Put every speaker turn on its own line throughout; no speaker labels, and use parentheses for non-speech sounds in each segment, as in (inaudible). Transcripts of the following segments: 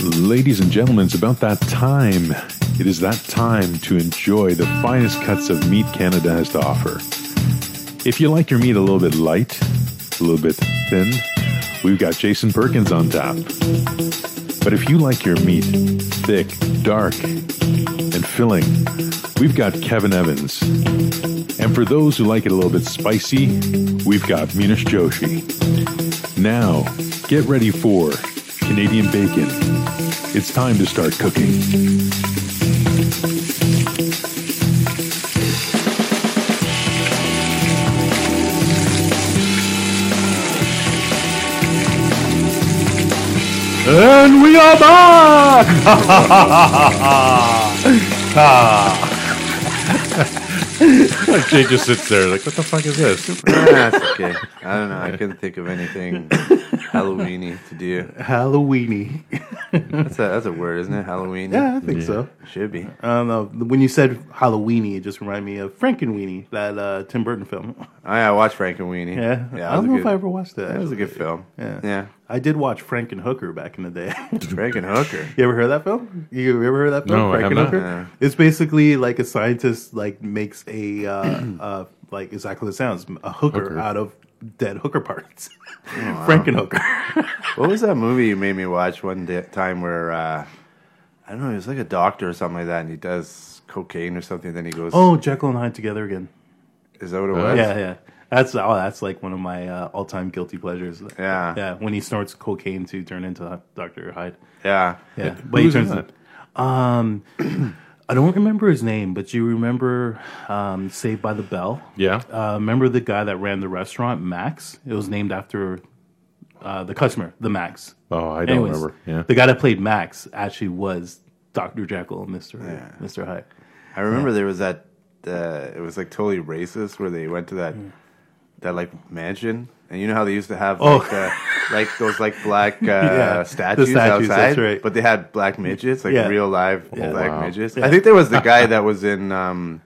ladies and gentlemen, it's about that time. It is that time to enjoy the finest cuts of meat Canada has to offer. If you like your meat a little bit light, a little bit thin, we've got Jason Perkins on tap. But if you like your meat thick, dark, and filling, we've got Kevin Evans. And for those who like it a little bit spicy, we've got Minas Joshi. Now, get ready for Canadian bacon. It's time to start cooking.
And we are
(laughs)
back! Ah. like Jay just sits there, like, what the fuck is this? (laughs)
That's okay. I don't know. I couldn't think of anything Halloweeny to do.
Halloweeny.
That's a that's a word, isn't it? Halloweeny.
Yeah, I think so.
Should be.
I don't know. When you said Halloweeny, it just reminded me of Frankenweenie, that uh, Tim Burton film.
Oh, yeah, I watched Frank and Weenie.
Yeah,
yeah.
I
it was
don't
a
know
good,
if I ever watched that.
That was a good film.
Yeah.
Yeah.
I did watch Frank and Hooker back in the day. (laughs)
Frank and Hooker.
you ever heard that film? You ever heard that film?
No, I
Frank
have
and
not.
Hooker.
Yeah.
It's basically like a scientist like makes a uh, uh, like exactly what it sounds a hooker,
Hooker.
out of dead hooker parts.
Oh,
(laughs) Frank and Hooker.
What was that movie you made me watch one day, time where uh, I don't know, he was like a doctor or something like that, and he does cocaine or something, then he goes.
oh, Jekyll and Hyde together again.
is that what it was?
Yeah, yeah. That's oh, that's like one of my uh, all time guilty pleasures.
Yeah.
yeah. When he snorts cocaine to turn into Doctor Hyde.
Yeah.
Yeah, but he
who's
turns.
that?
in- Um, (clears throat) I don't remember his name, but you remember um, Saved by the Bell.
Yeah.
Uh, remember the guy that ran the restaurant, Max? It was named after uh, the customer, the Max.
Oh, I don't
Anyways,
remember. Yeah.
The guy that played Max actually was Doctor Jekyll, and Mister Mister Hyde.
I remember there was that. Uh, it was like totally racist where they went to that
Mm.
that like mansion, and you know how they used to have like, uh, like those like black uh,
Oh. (laughs) Yeah, the
statues,
statues,
outside,
that's right.
but they had black midgets, like
Yeah.
real live black
wow.
midgets. I think there was the
(laughs)
guy that was in um,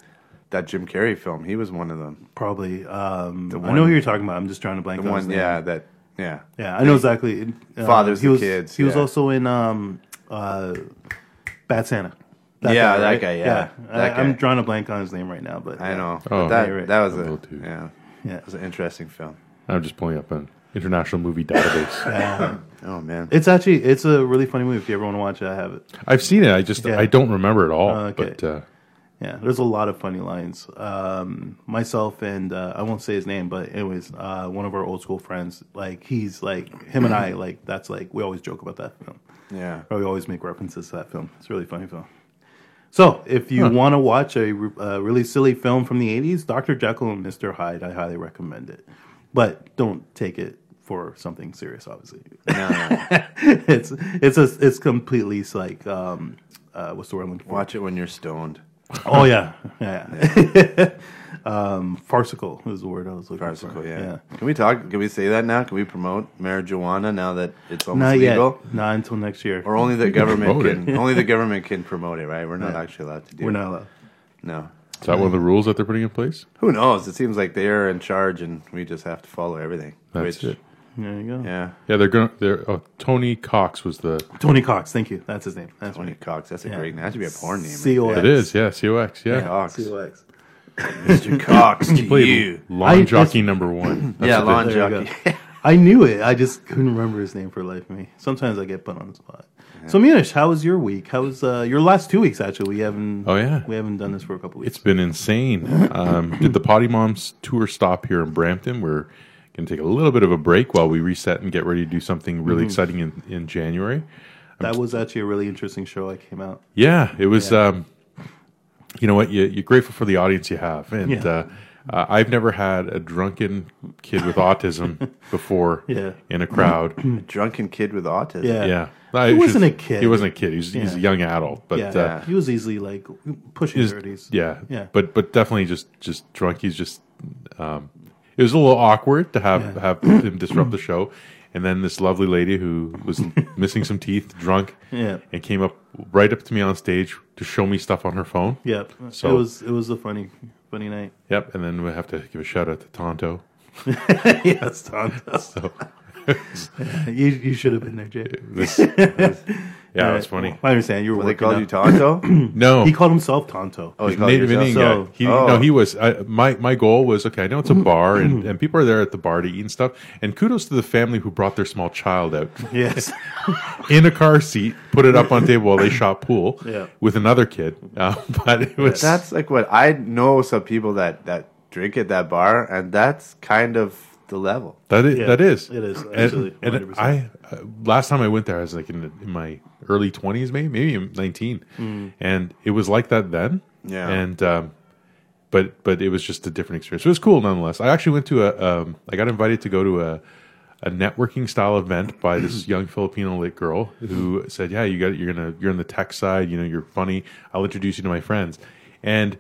that Jim Carrey film. He was one of them.
Probably. Um, I
one-
know who you're talking about. I'm just trying to blank
The
on his
one,
name.
yeah, that, yeah,
Yeah, I know exactly. Uh,
Fathers
he
the
was,
kids,
He was
yeah.
also in um, uh, Bad Santa. That
Yeah, that guy, yeah. That
I, I'm
guy.
drawing a blank on his name right now, but
I know. But
Oh.
that
Yeah, right.
that was
Little
a
dude.
yeah,
Yeah,
that was an interesting film.
I'm just pulling up an international
(laughs)
movie database.
Oh man,
it's actually it's a really funny movie. If you ever want to watch it, I have it.
I've seen it. I just
Yeah.
I don't remember it all.
Oh, okay.
But uh,
Yeah, there's a lot of funny lines. Um, myself and uh, I won't say his name, but anyways, uh, one of our old school friends, like he's like him and I, like that's like we always joke about that film.
yeah.
Or we always make references to that film. It's a really funny film. So, if you want to watch a, re- a really silly film from the 80s, Dr. Jekyll and Mr. Hyde, I highly recommend it. But don't take it for something serious, obviously.
No, no.
(laughs) it's it's a, it's completely like, um, uh, what's the word I'm looking for?
Watch it when you're stoned. (laughs)
Oh, yeah. Yeah. (laughs) um, farcical is the word I was looking
Farcical,
for.
yeah. Can we talk? Can we say that now? Can we promote marijuana now that it's almost
Not
legal?
yet. Not until next year.
Or
(laughs)
only the government
promote it.
can, only the government can promote it, right? We're not
Yeah.
actually allowed to do.
We're
it.
not allowed.
No.
is that one of the rules that they're putting in place?
Who knows? It seems like they are in charge, and we just have to follow everything.
That's
which,
it.
There you go.
Yeah.
Yeah, they're going. to They're oh, Tony Cox was the.
Tony Cox. Thank you. That's his name. That's
Tony Cox. That's a
Yeah.
great name. That should be a porn name.
COX.
It is. Yeah, Cox. Yeah.
Cox.
COX.
Mr.
(laughs)
Cox to
Played
you.
Lawn
I-
jockey number one. That's
Yeah,
what
lawn
they-
There
jockey.
you go. I knew it. I just couldn't remember his name for the life of me. Sometimes I get put on the spot. So Munish, how was your week? How was uh, your last two weeks? Actually, we haven't.
Oh, yeah.
we haven't done this for a couple weeks.
It's been insane. Um, did the Potty Moms tour stop here in Brampton? We're going to take a little bit of a break while we reset and get ready to do something really exciting in, in January.
that was actually a really interesting show. I came out.
Yeah, it was. Um, you know what? You, you're grateful for the audience you have, and
Yeah.
uh, uh, I've never had a drunken kid with autism before
Yeah.
in a crowd.
A (laughs) drunken kid with autism.
Yeah.
yeah, I
He
was
wasn't
just-
a kid.
He wasn't a kid. He was, he's a
Yeah.
young adult, but
yeah,
uh,
he was easily like pushing
is-
thirties.
yeah,
Yeah.
but but definitely just just drunk. He's just um, it was a little awkward to have
Yeah.
have him disrupt the show, and then this lovely lady who
(laughs)
was missing some teeth, drunk,
Yeah.
and came up right up to me on stage to show me stuff on her phone.
Yep.
So-
it was it was a funny
(laughs)
funny night. (laughs)
Yep, and then we have to give a shout out to Tonto.
yes, Tom.
So
you, you should have been there, Jay.
This- this- yeah, that's funny.
I understand. You were
Well, they
working
called
out.
you
(clears throat)
Tonto?
No,
He called himself Tonto.
Oh, he called
Native
yourself-
Indian
So-
guy. He,
Oh.
No, he was. I, my my goal was okay. I know it's a bar, and, and people are there at the bar to eat and stuff. And kudos to the family who brought their small child out
(laughs) Yes.
in a car seat, put it up on table while they shot pool
Yeah.
with another kid. Uh, (laughs) but it was
That's like what I know some people that, that drink at that bar, and that's kind of the level.
that is
Yeah,
that is
it is,
And-
absolutely,
And,
100%.
I uh, last time I went there, I was like in, in my early twenties, maybe maybe I'm nineteen, and it was like that then.
Yeah.
and. Um, but but it was just a different experience. It was cool nonetheless. I actually went to a um, I got invited to go to a a networking style event by this young Filipino lit girl who said, "Yeah, you got you're gonna you're on the tech side. You know, you're funny. I'll introduce you to my friends." And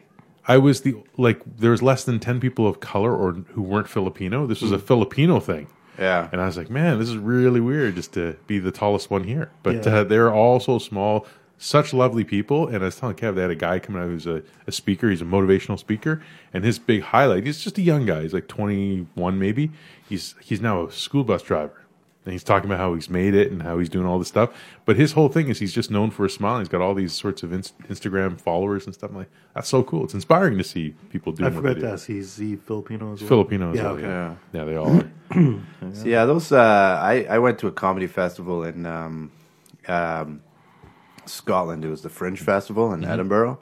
I was the like there was less than ten people of color or who weren't Filipino. This was a Filipino thing.
Yeah.
And I was like, man, this is really weird just to be the tallest one here. But
Yeah.
uh, they're all so small, such lovely people. And I was telling Kev, they had a guy coming out who's a, a speaker. He's a motivational speaker. And his big highlight, he's just a young guy. He's like 21 maybe. He's, he's now a school bus driver. And he's talking about how he's made it and how he's doing all this stuff. But his whole thing is he's just known for a smile. He's got all these sorts of inst- Instagram followers and stuff. I'm like, that's so cool. It's inspiring to see people doing
I
what
forgot
they
to
do.
ask. He's the Filipino as well.
Filipino as
Yeah,
well,
okay.
yeah.
Yeah.
Yeah, they all are.
So yeah, those. Uh, I I went to a comedy festival in um, um, Scotland. It was the Fringe Festival in Edinburgh,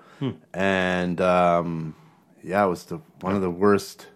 and um, yeah, it was the one of the worst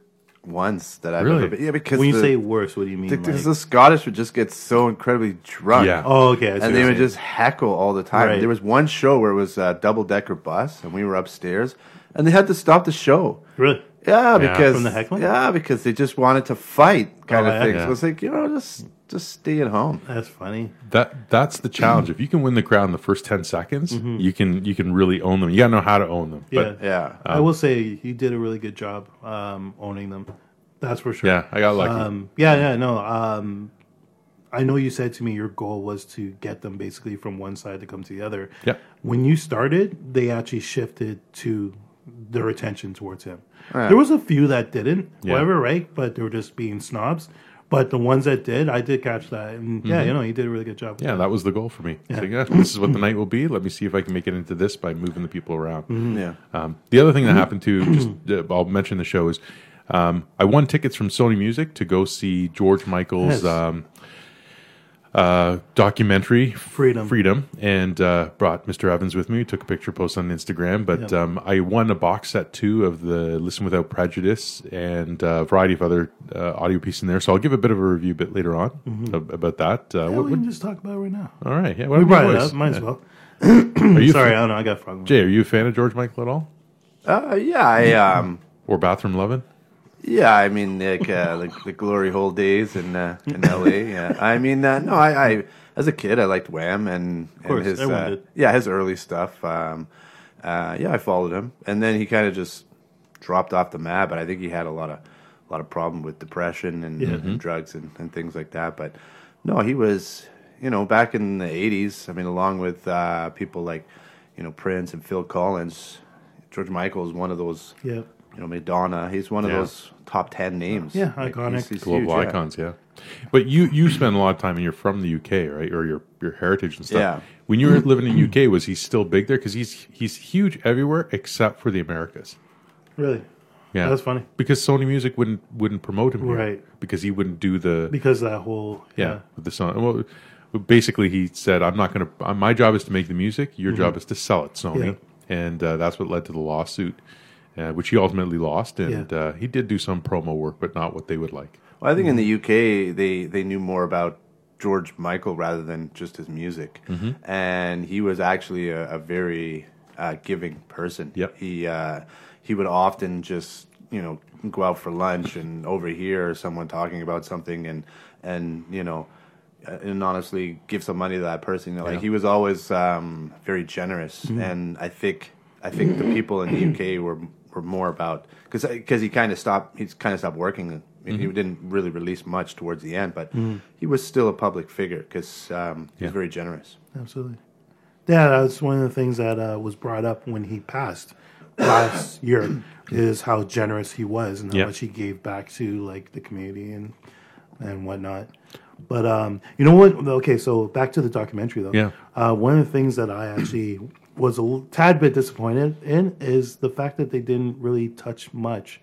ones that I've
Really?
ever been. Yeah, because
When you
the,
say worse, what do you mean?
because
like-
the Scottish would just get so incredibly drunk.
Yeah.
oh, okay. I see what
And they
you're
would
saying.
just heckle all the time.
Right.
There was one show where it was a double decker bus, and we were upstairs, and they had to stop the show.
really.
Yeah,
Yeah.
because
From the heckling?
yeah, because they just wanted to fight, kind
Oh,
of
yeah.
thing.
Yeah.
So it's like you know, just just stay at home.
That's funny.
That that's the challenge. if you can win the crowd in the first ten seconds, you can you can really own them. You gotta know how to own them.
Yeah.
But
Yeah, Um,
I will say he did a really good job um, owning them. That's for sure.
yeah, Uh, I got lucky.
Um, yeah, yeah, no. Um, I know you said to me your goal was to get them basically from one side to come to the other.
Yep.
When you started, they actually shifted to their attention towards him. There was a few that didn't,
Yeah.
whatever, right? But they were just being snobs. But the ones that did, I did catch that, and yeah, you know, he did a really good job. with
Mm-hmm. yeah,
that.
that was the goal for me. It's like, yeah, this is what the night will be. Let me see if I can make it into this by moving the people around.
yeah.
Um, the other
Mm-hmm.
thing that happened too,
(clears throat)
just uh, I'll mention the show is um, I won tickets from Sony Music to go see George
Yes.
Michael's um, uh, documentary
Freedom.
Freedom, and uh, brought Mr. Evans with me. Took a picture, post on Instagram. But
Yeah.
um, I won a box set too of the Listen Without Prejudice and uh, a variety of other uh, audio pieces in there. So I'll give a bit of a review bit later on ab- about that. Uh,
Mm-hmm. Yeah,
what,
we
what-
can just talk about it right now.
all right, yeah, why
We
don't
brought it
voice?
up. Might as well.
Are you
Sorry, I
a
don't know. I got frog.
fan- Jay, are you a fan of George Michael at all,
Uh, yeah, I um,
or Bathroom Lovin'?
yeah, I mean, like, uh, like the glory hole days in uh, in L.A. Yeah, I mean, uh, no, I, I as a kid I liked Wham and,
course,
and his
everyone
uh,
did.
yeah his early stuff. Um, uh, yeah, I followed him, and then he kind of just dropped off the map. But I think he had a lot of a lot of problem with depression and,
Mm-hmm.
and drugs and, and things like that. But no, he was you know back in the '80s. I mean, along with uh, people like you know Prince and Phil Collins, George Michael is one of those
Yeah.
you know Madonna. He's one of
Yeah.
those top ten names.
Yeah, iconic.
global
huge, yeah.
icons, yeah. But you you spend a lot of time, and you're from the UK, right? Or your your heritage and stuff.
Yeah.
When you were living in UK, was he still big there? Because he's he's huge everywhere except for the Americas.
Really?
Yeah,
That's funny.
Because Sony Music wouldn't wouldn't promote him, here.
Right.
because he wouldn't do the
Because that whole
yeah, with the song. Well, basically, he said, "I'm not going to. My job is to make the music. Your job is to sell it, Sony." And uh, that's what led to the lawsuit, uh, which he ultimately lost. And
Yeah.
uh, he did do some promo work, but not what they would like.
Well, I think in
Mm-hmm.
the UK they they knew more about George Michael rather than just his music,
Mm-hmm.
and he was actually a, a very uh, giving person.
Yep.
He uh, he would often just you know go out for lunch and overhear someone talking about something and and you know. uh, And honestly, give some money to that person. You know, Like
Yeah.
he was always um, very generous, and I think I think the people in the UK were were more about because because he kind of stopped he's kind of stopped working. I mean, He didn't really release much towards the end, but he was still a public figure because um, he was
Yeah.
very generous.
Absolutely. Yeah, that's one of the things that uh, was brought up when he passed last year is how generous he was and how
Yeah.
much he gave back to like the community and and whatnot. But um, you know what? Okay, so back to the documentary though.
Yeah.
Uh, one of the things that I actually was a l- tad bit disappointed in is the fact that they didn't really touch much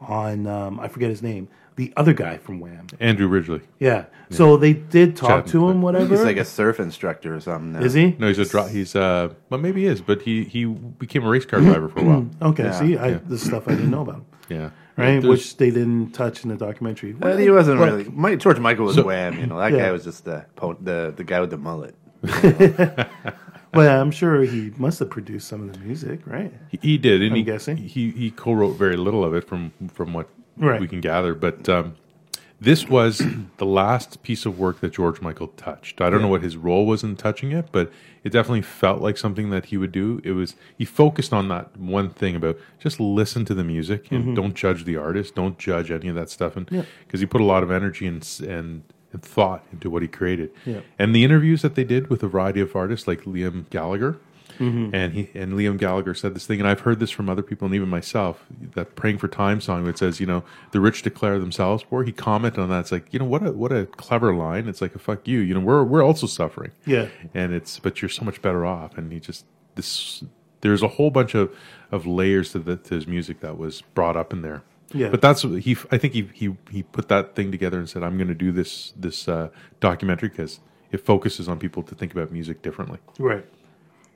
on um, I forget his name, the other guy from Wham.
Andrew Ridgely.
Yeah. So they did talk
Chad.
to him, whatever.
He's like a surf instructor or something. Now.
is he?
No, he's a dri He's uh, well, maybe he is, but he he became a race
(clears throat)
car driver for a while.
Okay.
Yeah,
see, I, this is stuff I didn't know
(clears throat)
about.
Yeah,
Right,
There's-
which they didn't touch in the documentary.
Well, he wasn't really. My, George Michael was wham. You know, that
Yeah.
guy was just the po- the the guy with the mullet.
But I'm sure he must have produced some of the music, right?
he, he did. And
I'm
he,
guessing.
he he co-wrote very little of it from from what
Right.
we can gather. But um, this was (clears throat) the last piece of work that George Michael touched. I don't know what his role was in touching it, but it definitely felt like something that he would do. It was he focused on that one thing about just listen to the music
Mm-hmm.
and don't judge the artist, don't judge any of that stuff, and because he put a lot of energy and s- and. And thought into what he created,
Yeah.
and the interviews that they did with a variety of artists like Liam Gallagher,
Mm-hmm.
and he and Liam Gallagher said this thing, and I've heard this from other people and even myself that "Praying for Time" song that says, you know, the rich declare themselves poor. He commented on that. It's like, you know, what a what a clever line. It's like a fuck you. You know, we're we're also suffering.
Yeah.
and it's but you're so much better off. And he just this there's a whole bunch of of layers to, the, to his music that was brought up in there.
Yeah.
but that's what he. I think he he he put that thing together and said, I'm going to do this this uh, documentary because it focuses on people to think about music differently.
Right.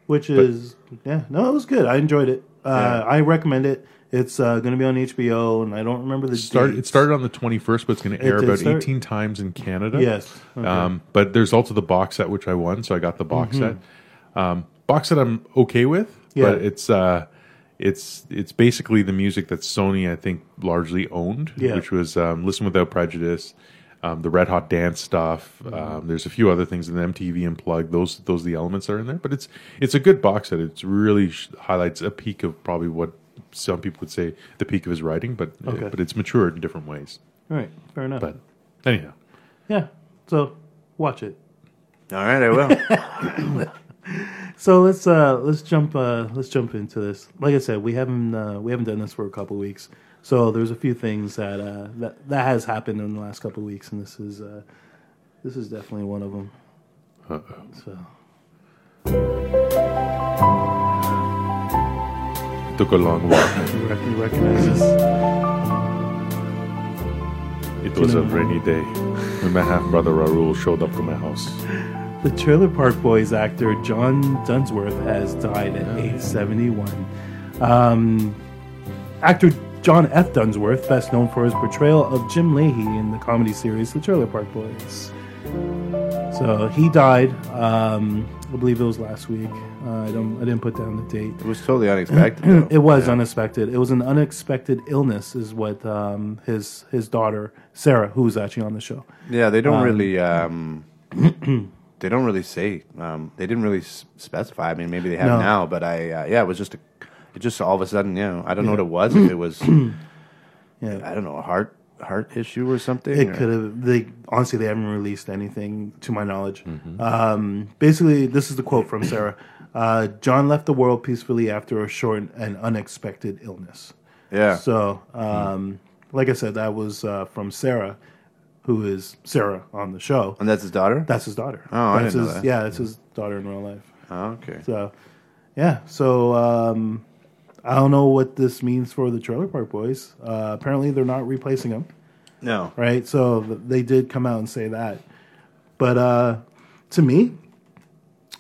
Which is yeah, no, it was good. I enjoyed it. Uh, I recommend it. It's uh, going to be on HBO, and I don't remember the
Start,
date.
it started on the 21st, but it's going to air
did
about
start-
18 times in Canada.
Yes. Okay.
Um, but there's also the box set, which I won, so I got the box set. Um, box set I'm okay with,
Mm-hmm. Yeah.
but it's uh, it's it's basically the music that Sony I think largely owned,
Yeah.
which was um, Listen Without Prejudice, um, the Red Hot Dance stuff.
Mm-hmm.
Um, there's a few other things in the MTV Unplugged. Those those are the elements that are in there, but it's it's a good box set. It's really sh- highlights a peak of probably what some people would say the peak of his writing, but
Okay.
but it's matured in different ways.
All right. Fair enough.
But anyhow.
yeah. So watch it.
All right, I will.
So let's uh, let's jump uh, let's jump into this. Like I said, we haven't uh, we haven't done this for a couple weeks. So there's a few things that uh, that that has happened in the last couple weeks, and this is uh, this is definitely one of them.
uh,
So
Took a long walk.
you rec- you recognize this?
It was a rainy day when my half brother Raul showed up to my house.
The Trailer Park Boys actor John Dunsworth has died at age 71. Um, actor John F. Dunsworth, best known for his portrayal of Jim Leahy in the comedy series The Trailer Park Boys. So he died, um, I believe it was last week. Uh, I, don't, I didn't put down the date.
It was totally unexpected. Though.
(laughs) It was unexpected. It was an unexpected illness, is what um, his his daughter Sarah, who was actually on the show.
Yeah, they don't really. Um, (clears throat) they don't really say. Um, they didn't really s- specify. I mean, maybe they have
No.
now, but I. Uh, yeah, it was just a. It just all of a sudden, you know, I don't know what it was. If it was, I
(clears throat) Yeah,
don't know, a heart heart issue or something.
It
or-
could have. They honestly, they haven't released anything to my knowledge.
Mm-hmm.
Um, basically, this is the quote from Sarah: uh, "John left the world peacefully after a short and unexpected illness."
Yeah. Mm-hmm.
So, um, like I said, that was uh, from Sarah, who is Sarah on the show.
and that's his daughter.
That's his daughter.
Oh, I
that's
didn't know
his,
that.
Yeah, that's his daughter in real life.
oh, okay.
So, yeah. So, um, I don't know what this means for the Trailer Park Boys. Uh, apparently, they're not replacing him
No.
right? So th- they did come out and say that. But uh, to me,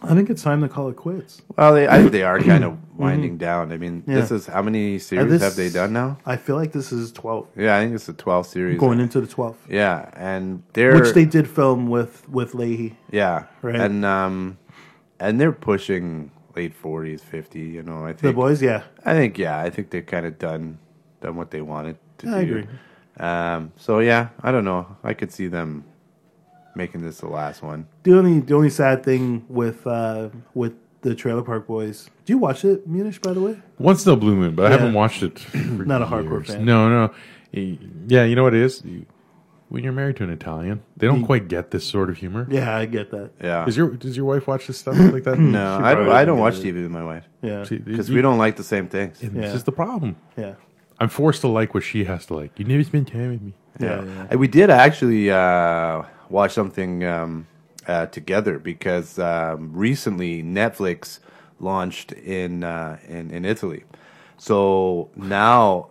I think it's time to call it quits.
Well, they, I think
(clears throat)
they are kind of winding down. I mean, this
Mm-hmm. Yeah.
is how many
Uh,
series
this-
have they done now?
I feel like this is 12,
Yeah, I think it's the 12th series.
going into the 12th,
yeah, and they're
which they did film with with Leahy.
yeah,
Right.
and um, and they're pushing late 40s, 50. You know, I
The
think
boys, yeah,
I think yeah, I think they've kind of done done what they wanted to
Yeah,
do.
I agree.
Um, so yeah, I don't know. I could see them making this the last one.
The only the only sad thing with uh, with the Trailer Park Boys. Do you watch it, Munish? By the way,
Once in a blue moon, but I
Yeah.
haven't watched it. For
Not a hardcore fan.
No, no. Y- Yeah, you know what it is? You- When you're married to an Italian, they don't quite get this sort of humor.
yeah, I get that.
Yeah.
Is your does your wife watch this stuff like that?
no, I don't, I don't watch TV with my wife
Yeah,
because we don't like the same things.
This
Yeah.
is the problem.
yeah,
I'm forced to like what she has to like. You never spend time with me.
yeah,
And we did actually uh, watch something um, uh, together because um, recently Netflix launched in uh, in in Italy. So now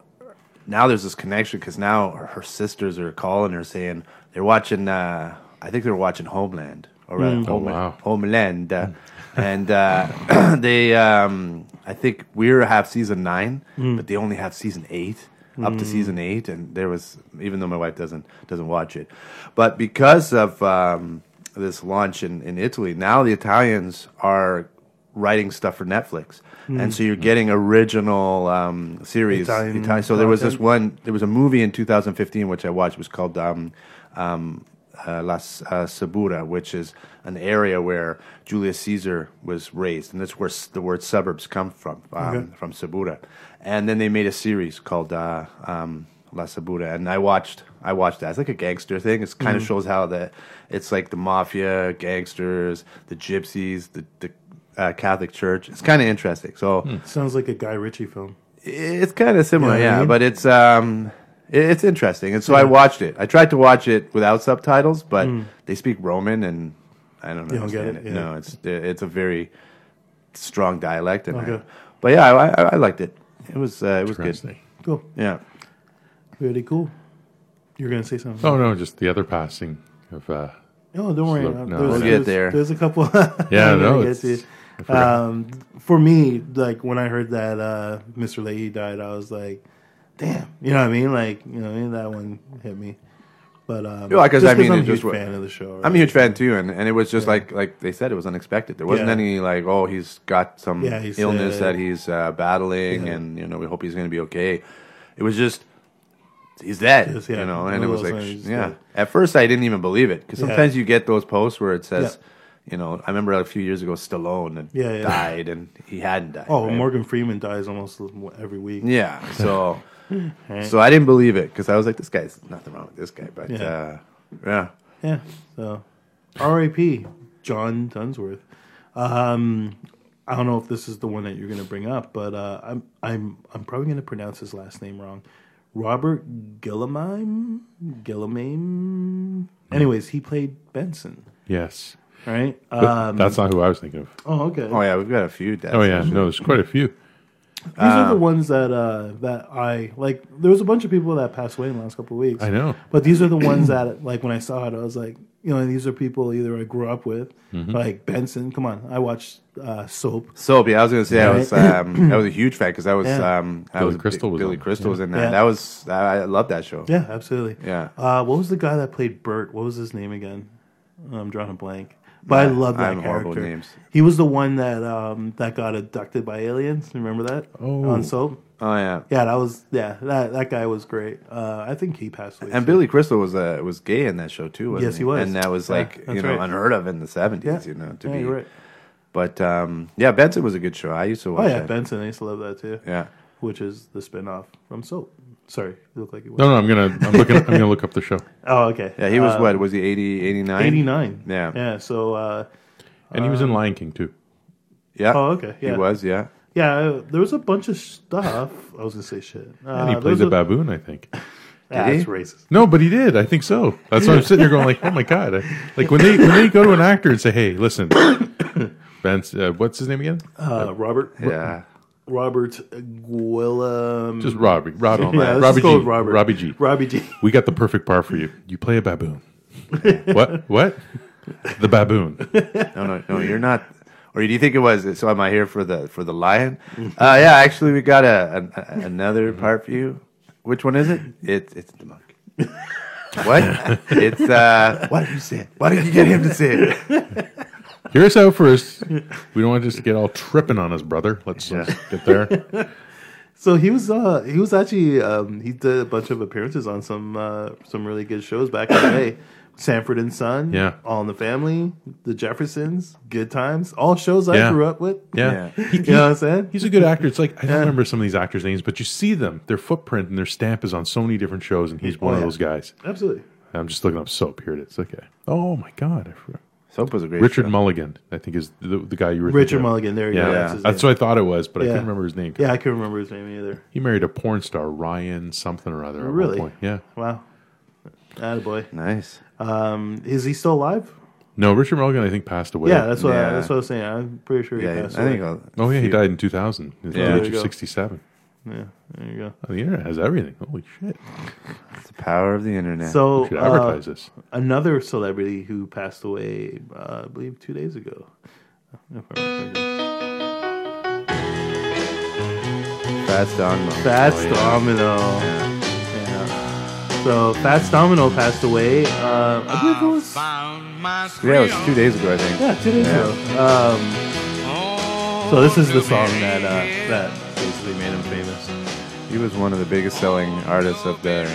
now there's this connection because now her, her sisters are calling her saying they're watching. Uh, I think they're watching Homeland. Or uh, Homeland,
wow.
Homeland, uh, and uh, (clears throat) they. Um, I think we are have season nine, but they only have season eight. Up to season eight, and there was even though my wife doesn't doesn't watch it, but because of um, this launch in, in Italy, now the Italians are writing stuff for Netflix, and so you're getting original um, series.
Italian
Italian- so there was this
content.
one. There was a movie in 2015 which I watched. It was called um, um, uh, La S- uh, Sabura, which is an area where Julius Caesar was raised, and that's where s- the word suburbs come from, um,
Okay.
from Sabura. And then they made a series called uh, um, La Sabura, and I watched. I watched that. It's like a gangster thing. It kind of shows how the it's like the mafia, gangsters, the gypsies, the, the uh, Catholic Church. It's kind of interesting. So
Sounds like a Guy Ritchie film.
it's kind of similar,
You know what
yeah,
I mean?
but it's um, it, it's interesting. And so I watched it. I tried to watch it without subtitles, but they speak Roman, and I don't know.
Hmm. You don't get it, yeah.
No, it's it's a very strong dialect, and I-
Okay.
but yeah, I, I, I liked it. It was uh, it was good.
Cool.
Yeah,
Really cool. You're gonna say something?
Oh no, just the other passing of. Uh,
No, don't worry.
Slow-
Uh,
no.
there's-
We'll
get
there's-
there.
There's a couple. (laughs)
Yeah,
I'm gonna
no,
get
it's-
to-
I forgot.
Um, for me, like when I heard that uh, Mr. Leahy died, I was like, "Damn," you know what I mean? Like, you know, what I mean? that one hit me. But um,
Yeah, 'cause
just
I mean,
I'm
it
a huge
just wa-
fan of the show.
I'm
right?
a huge fan too, and, and it was just like like they said, it was unexpected. There wasn't
Yeah.
any like, oh, he's got some
Yeah, he
illness
said-
that he's uh, battling,
Yeah.
and you know, we hope he's going to be okay. It was just he's dead,
Just, yeah,
you know,
one
and it
of
was
those
like,
things,
sh-
just
yeah.
dead.
At first, I didn't even believe it because
Yeah.
sometimes you get those posts where it says, you know, I remember a few years ago, Stallone and
Yeah, yeah.
died, and he hadn't died.
Oh,
right?
Morgan Freeman dies almost every week.
Yeah,
(laughs)
so so I didn't believe it because I was like, this guy's nothing wrong with this guy, but
Yeah.
uh, yeah.
Yeah. So, R.A.P. John Dunsworth. Um, I don't know if this is the one that you're going to bring up, but uh, I'm I'm I'm probably going to pronounce his last name wrong. Robert Gillamime. Gillamime. Anyways, he played Benson.
yes,
All right.
But
Um,
that's not who I was thinking of.
oh, okay.
Oh yeah, we've got a few deaths.
Oh yeah, no, there's quite a few.
These are
Um,
the ones that uh, that I like. There was a bunch of people that passed away in the last couple of weeks.
I know.
But these are the ones that, like, when I saw it, I was like, you know, these are people either I grew up with,
Mm-hmm.
like Benson. Come on, I watched uh, Soap.
Soap, yeah, I was gonna say I was um, I was a huge fan because I was
Yeah.
um, I
Billy
was a big-
Crystal was
Billy
on.
Crystal was in that.
Yeah.
That was I, I love that show.
Yeah, absolutely.
Yeah.
Uh, what was the guy that played Bert? What was his name again? I'm drawing a blank. But I love that
I'm
character.
horrible names.
He was the one that um, that got abducted by aliens. Remember that?
Oh.
On Soap.
Oh yeah.
Yeah, that was yeah. That that guy was great. Uh, I think he passed away.
And
too.
Billy Crystal was uh, was gay in that show too. Wasn't
Yes, he was.
And that was
Yeah,
like you
that's
know
right.
unheard of in the seventies. You
Yeah.
know to
Yeah,
be.
you're right.
But um, yeah, Benson was a good show. I used to watch.
Oh yeah,
that.
Benson. I used to love that too.
Yeah.
Which is the spin-off from Soap. Sorry, you look like you was.
No, no, I'm gonna I'm looking I'm gonna look up the show.
Oh, okay.
Yeah, he was
Uh,
what was he 80, 89?
89.
Yeah.
Yeah, so uh
And he was
Um,
in Lion King too.
Yeah.
Oh, okay,
He
yeah.
was. Yeah.
yeah, uh, there was a bunch of stuff. I was going to
(laughs)
say shit. Uh,
And he
there
played
was
the
a-
baboon, I think.
Yeah,
Did
that's
he?
racist.
No, but he did. I think so. That's why I'm sitting here going like, oh my god! I, like when they when they go to an actor and say, hey, listen, (coughs) Ben's uh, what's his name again?
Uh, Robert
Yeah.
Robert Gwillem.
Just Robbie. Robbie.
(laughs) yeah, let's
Robbie
just go
G.
with Robert.
Robbie G.
Robbie G.
We got the perfect bar for you. You play a baboon. what? What? The baboon.
No, no, no, you're not. Or do you think it was? So am I here for the for the lion? Uh, yeah, actually, we got a, a another part for you. Which one is it? Mm-hmm. It's it's the monkey. (laughs) What? It's uh. What did you say? It? Why did you get him to say it?
Hear us out first. We don't want just to get all tripping on us, brother. Let's, let's
(laughs)
get there.
So he was uh he was actually um he did a bunch of appearances on some uh some really good shows back in the day. Sanford and Son,
Yeah.
All in the Family, The Jeffersons, Good Times, all shows I
Yeah.
grew up with.
Yeah.
Yeah.
He-
(laughs) You know what I'm saying?
he's a good actor. It's like I don't remember some of these actors' names, but you see them. Their footprint and their stamp is on so many different shows, and he's one
Oh,
of
yeah.
those guys.
Absolutely.
I'm just looking up soap. Here it is. Okay. Oh my god. I forgot.
Soap was a great
Richard
show.
Mulligan, I think, is the, the guy you were. thinking
Richard
of.
Mulligan, there you
Yeah,
go.
that's,
his name.
what I thought it was, but I
Yeah.
couldn't remember his name.
Yeah, I couldn't remember his name either.
He married a porn star, Ryan something or other. At
Really?
One point. Yeah.
Wow. Attaboy.
Nice.
Um, is he still alive?
No, Richard Mulligan, I think, passed away.
Yeah, that's what I,
yeah.
that's what I was saying. I'm pretty sure he
Yeah, I
passed
think.
away.
I'll,
Oh, yeah, he died in 2000 at
Yeah.
the
There
age
you
of
go.
67.
yeah, there you go.
Oh, the internet has everything. Holy shit.
It's the power of the internet.
So
We should
uh,
advertise this. (laughs)
another celebrity who passed away, uh, I believe, two days ago. If I remember.
Fats Domino.
Fats
Oh, yeah.
Domino. Yeah. So Fats Domino passed away. Uh, I believe it was
Yeah, it was two days ago, I think.
yeah, two days ago. Um, so this is the song that uh, that basically made him famous.
He was one of the biggest selling artists of the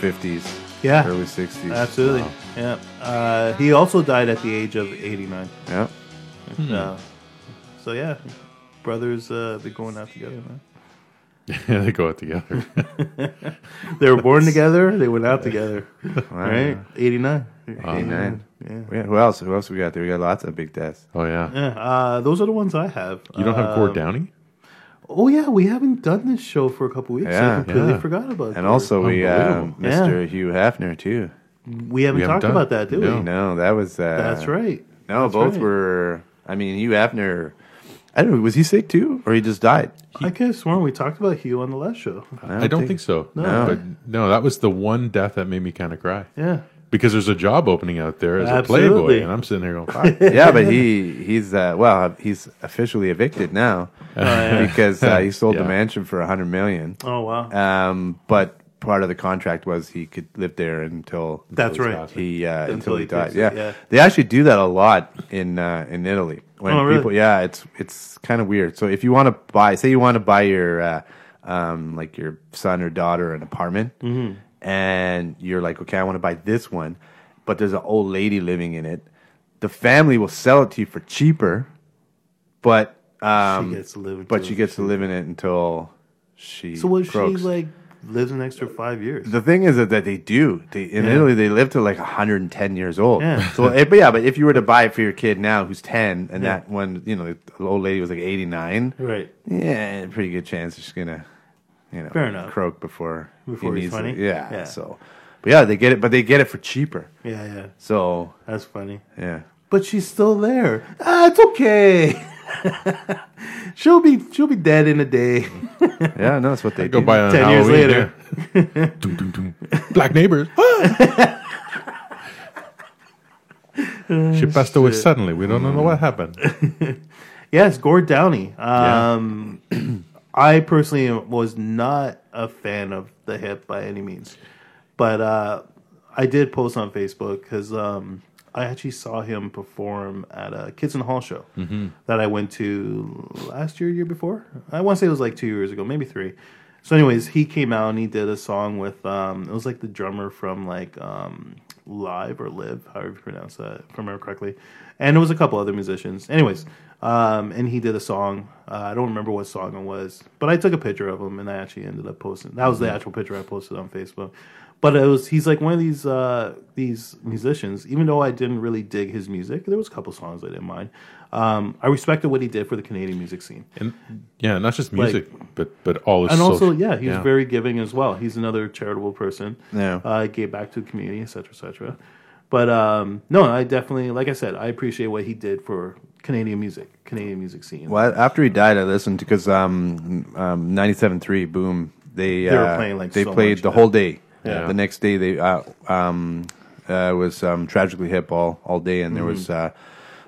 50s,
Yeah.
early 60s.
Absolutely. Yeah. Uh, he also died at the age of 89.
Yeah.
Uh, so yeah, brothers uh, been going out together. Man.
yeah, they go out together.
They were born together. They went out
(laughs)
together. Right. 89.
89.
Yeah.
We got- who else? Who else we got there? We got lots of big deaths.
Oh, yeah.
Yeah, uh, those are the ones I have.
You don't have Gord
Um,
Downey?
Oh yeah, we haven't done this show for a couple weeks. I
Yeah.
completely
Yeah.
forgot about.
And
that.
also we uh,
Unbelievable.
Mr. Hugh Hefner too.
we haven't
we haven't
talked
done-
about that, did
No.
we?
No, that was uh,
That's right.
No, both
right.
were. I mean, Hugh Hefner. I don't know. Was he sick too, or he just
(laughs)
died?
I could have sworn we talked about Hugh on the last show.
I don't think so.
No.
But no, that was the one death that made me kind of cry.
Yeah.
Because there's a job opening out there as
Absolutely.
a Playboy, and I'm sitting there
(laughs)
going, fuck.
yeah, but he he's uh, well, he's officially evicted now (laughs) because uh, he sold
Yeah.
the mansion for a hundred million.
Oh wow.
Um, but part of the contract was he could live there until
That's
Those
right.
guys.
he uh, until, he died.
takes it,
Yeah.
yeah.
they actually do that a lot in uh, in Italy when
Oh, really?
people. Yeah, it's it's kind of weird. So if you want to buy, say you want to buy your uh, um, like your son or daughter an apartment,
Mm-hmm.
and you're like, okay, I want to buy this one, but there's an old lady living in it. The family will sell it to you for cheaper, but um,
gets to live
but
until
she gets to live in it until she.
So what if she
croaks.
like lives an extra five years?
The thing is that, that they do. They, in
Yeah.
Italy, they live to like 110 years old.
Yeah.
So, eh, but yeah, but if you were to buy it for your kid now who's 10, and
Yeah.
that one, you know, the old lady was like 89,
Right.
yeah, pretty good chance she's gonna, you know,
Fair enough.
croak before he
Before he's
needs it.
20?
Yeah,
Yeah.
So, but yeah, they get it, but they get it for cheaper.
Yeah, yeah.
So,
That's funny.
yeah,
But she's still there. Ah, it's okay. she'll be she'll be dead in a day.
yeah, no, that's what they
Go
do.
buy it on
10 years
Halloween.
later.
yeah. Dum, dum, dum. Black
(laughs)
neighbors. she
Oh,
passed away suddenly. We don't know what happened.
Yes, Gord Downey. Um, (clears throat) I personally was not a fan of the hip by any means, but uh, I did post on Facebook because um, I actually saw him perform at a Kids in the Hall show that I went to last year, year before. I want to say it was like two years ago, maybe three. So, anyways, he came out and he did a song with um, it was like the drummer from like um, Live or Live, however you pronounce that, if I remember correctly. And it was a couple other musicians. Anyways, um, and he did a song. Uh, I don't remember what song it was, but I took a picture of him and I actually ended up posting. That was the actual picture I posted on Facebook. But it was he's like one of these uh, these musicians. Even though I didn't really dig his music, there was a couple songs I didn't mind. Um, I respected what he did for the Canadian music scene
And yeah, not just music, but but all his
and also
social-
yeah he's very giving as well he's another charitable person
Yeah.
uh gave back to the community etc cetera, etc cetera. but um no i definitely like i said i appreciate what he did for canadian music canadian music scene
Well, after he died, I listened because um, um, 97.3 Boom. They
They were
uh,
playing, like,
they
so
played
much,
the
yeah.
whole day.
Yeah.
The next day they uh, um, uh, was um, tragically hip all all day, and there was
Mm-hmm.
uh,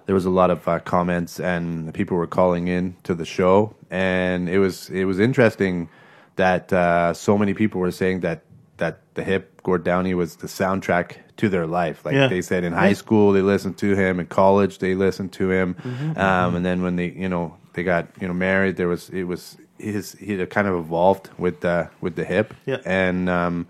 there was a lot of uh, comments and people were calling in to the show, and it was it was interesting that uh, so many people were saying that that the hip Gord Downey was the soundtrack to their life. Like
Yeah.
they said in high school school they listened to him in college they listened to him
Mm-hmm,
um, and then when they you know they got you know married there was it was his he had kind of evolved with the with the hip
Yeah.
and um,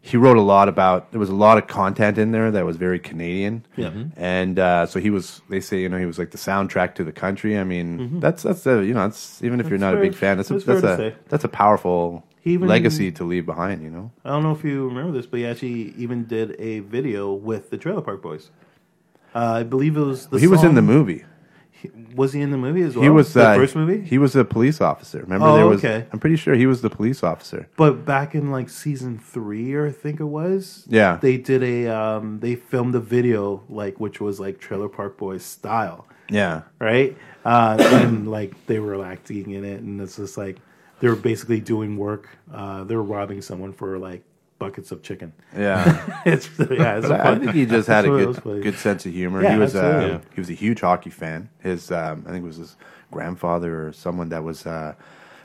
he wrote a lot about there was a lot of content in there that was very canadian
Yeah. Mhm.
and uh, so he was they say you know he was like the soundtrack to the country i mean that's that's a you know that's even if you're not
Mm-hmm. That's
a big
fair-
fan that's, a
that's fair
that's
to
a
say.
that's a powerful
He even-
legacy to leave behind you know
i don't know if you remember this but he actually even did a video with the trailer park boys uh, i believe it was the
he was in
song-
the movie
he- was he in the movie as well?
He was
the
uh,
first movie.
He was a police officer. Remember,
Oh,
there was.
okay.
I'm pretty sure he was the police officer.
But back in like season three, or I think it was,
Yeah.
they did a um, they filmed a video like which was like Trailer Park Boys style,
Yeah,
right? Uh, (coughs) and like they were acting in it, and it's just like they were basically doing work. Uh, they were robbing someone for like buckets of chicken. (laughs)
(laughs) yeah.
it's yeah, it's
But I, I
fun.
think he just had a
That's what it was
good
like.
good sense of humor.
Yeah,
he was
absolutely.
uh, he was a huge hockey fan. His um, I think it was his grandfather or someone that was uh,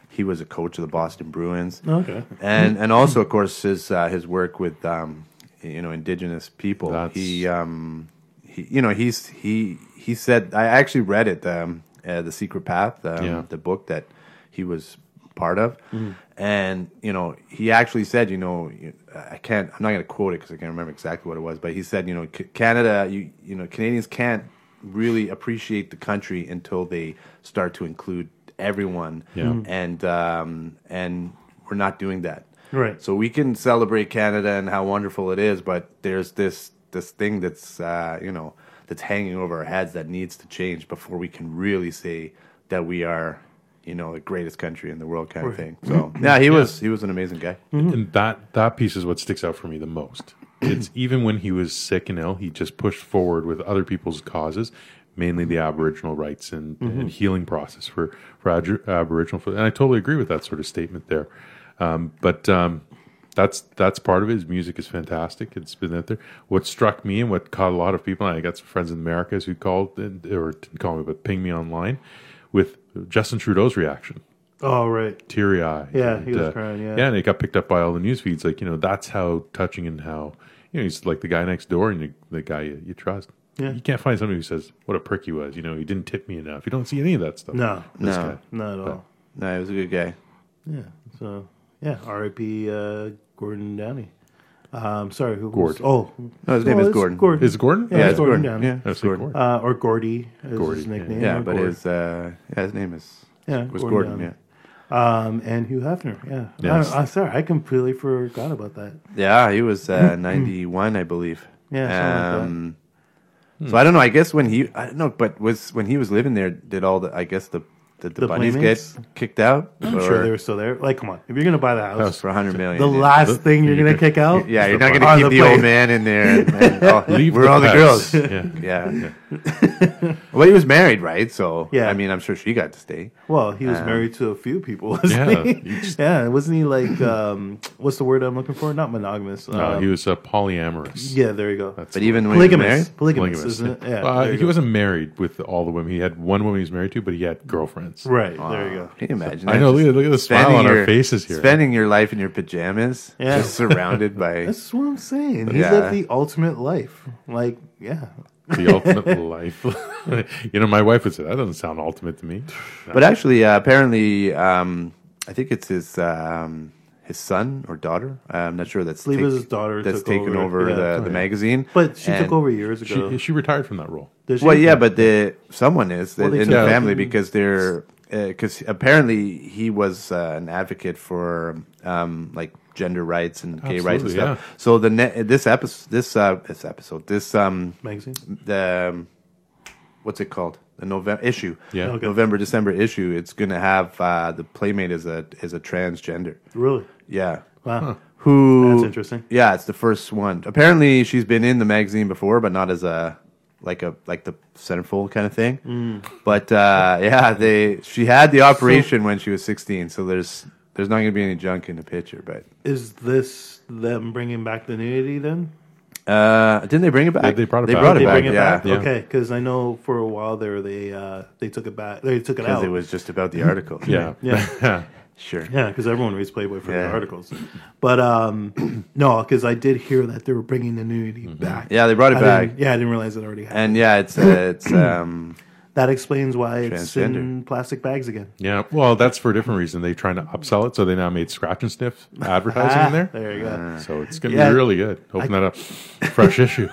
he was a coach of the Boston Bruins.
Okay.
and and also of course his uh, his work with um, you know indigenous people.
That's-
He um, he you know he's he he said I actually read it um, uh, the Secret Path um,
Yeah.
the book that he was part of, and you know he actually said you know you- I can't I'm not going to quote it because I can't remember exactly what it was, but he said you know C- Canada you you know Canadians can't really appreciate the country until they start to include everyone
Yeah.
and um, and we're not doing that.
Right.
So we can celebrate Canada and how wonderful it is, but there's this this thing that's uh, you know that's hanging over our heads that needs to change before we can really say that we are you know the greatest country in the world kind of thing. (clears throat) So yeah, he was he was an amazing guy.
And that that piece is what sticks out for me the most. (clears throat) It's even when he was sick and ill, he just pushed forward with other people's causes, mainly the Aboriginal rights and, and healing process for for Abor- Aboriginal. And I totally agree with that sort of statement there. Um, but um, that's that's part of it. His music is fantastic. It's been out there. What struck me and what caught a lot of people, and I got some friends in America who called and- or didn't call me, but pinged me online with Justin Trudeau's reaction
Oh right.
teary eyed.
Yeah, he was crying, yeah.
uh, and it got picked up by all the news feeds. Like you know, that's how touching and how you know he's like the guy next door and you, the guy you, you trust.
Yeah.
you can't find somebody who says what a prick he was. You know, he didn't tip me enough. You don't see any of that stuff.
No,
This
No.
guy.
not at all.
No, he was a good guy.
Yeah. So yeah, R.I.P. Uh, Gordon Downey. Um, sorry, who was?
Gord.
Oh,
No, his name is Gordon.
Gordon.
Is it Gordon?
Yeah,
it's
it's Gordon Downey.
Yeah,
I
it's
was like,
Gordon.
Gordon.
Uh, or Gordy is
Gordy,
his nickname.
Yeah,
or
but
Gord.
his uh, yeah his name is
yeah,
was Gordon.
Downey.
Yeah.
Um, and Hugh Hefner. Yeah.
Yes.
I, am sorry, I completely forgot about that.
Yeah, he was uh, 91, I believe.
Mm-hmm. Yeah, something like that.
Um,
Hmm.
So I don't know. I guess when he, I don't know, but was when he was living there, did all the, I guess the, did the,
The
bunnies
Playmates?
get kicked out?
I'm sure they were still there. Like, come on, if you're gonna buy the house,
for 100 million.
the
yeah.
last
The-
thing you're
you
gonna
could-
kick out.
Yeah, you're not
the
going
bunnies.
to
Oh,
keep
the
the old
place.
man in there.
(laughs)
And, and all,
(laughs) Leave
Uh, we're all the
pets.
girls.
(laughs) yeah.
Yeah.
(laughs)
Well, he was married, right? So
Yeah.
I mean, I'm sure she got to stay.
Well, he was married to a few people, (laughs) wasn't
Yeah,
he?
you just-
yeah, wasn't he like (clears throat) um, what's the word I'm looking for? Not monogamous.
No,
um,
he was uh, polyamorous.
Yeah, there you go.
But even when he was married,
polygamous, polygamous,
Polygamous,
isn't it?
yeah.
Yeah,
Uh,
there you
he
go.
wasn't married with all the women. He had one woman he was married to, but he had girlfriends.
right. there you go.
Can you imagine?
I
that?
know.
Just
Look, at- look at the smile
spending
on
your-
our faces here.
Spending your life in your pajamas,
Yeah.
just surrounded by
(laughs) That's what I'm saying. He
Yeah.
lived the ultimate life. Like, yeah,
the ultimate (laughs) life. you know, my wife would say that doesn't sound ultimate to me.
But actually, uh, apparently, um, I think it's his um, his son or daughter. Uh, I'm not sure. That's
believe it
take-
was his daughter
That's
took
taken
over.
over,
Yeah.
the, the magazine.
but she
And-
took over years ago.
She, she retired from that role.
Did she?
Well, yeah, but the someone is
Well, they
in
took-
the family because they're because apparently he was uh, an advocate for um, like gender rights and gay rights and
Absolutely,
stuff. So the ne- this episode, this uh, this episode, this um,
magazine.
the um, what's it called the November issue
Yeah. Okay.
November December issue it's gonna have uh, the playmate is a is a transgender
Really?
yeah
Wow.
who
That's interesting.
yeah it's the first one apparently she's been in the magazine before but not as a like a like the centerfold kind of thing
Hmm.
but uh, yeah they she had the operation when she was 16 so there's there's not gonna be any junk in the picture but
Is this them bringing back the nudity then?
uh, didn't they bring it back
they brought it back.
Did
Brought
they
it
bring it
yeah
back? Okay, because I know for a while there they uh, they took it back. They took it
because
out.
it was just about the article
Yeah.
yeah.
sure
Yeah, because everyone reads Playboy for
Yeah.
the articles. But um, (clears throat) no, because I did hear that they were bringing the nudity back.
Mm-hmm. yeah they brought it
I
back
didn't, yeah, I didn't realize it already
And
happened.
yeah,
(clears throat)
it's uh, it's um
That explains why it's in
Transgender.
plastic bags again.
(laughs) Yeah. Well, that's for a different reason. They're trying to upsell it, so they now made scratch and
(laughs)
sniff
Oh,
advertising in
Ah,
there.
There you go.
So it's gonna
Yeah.
be really good. Open
(laughs)
that up. Fresh issue.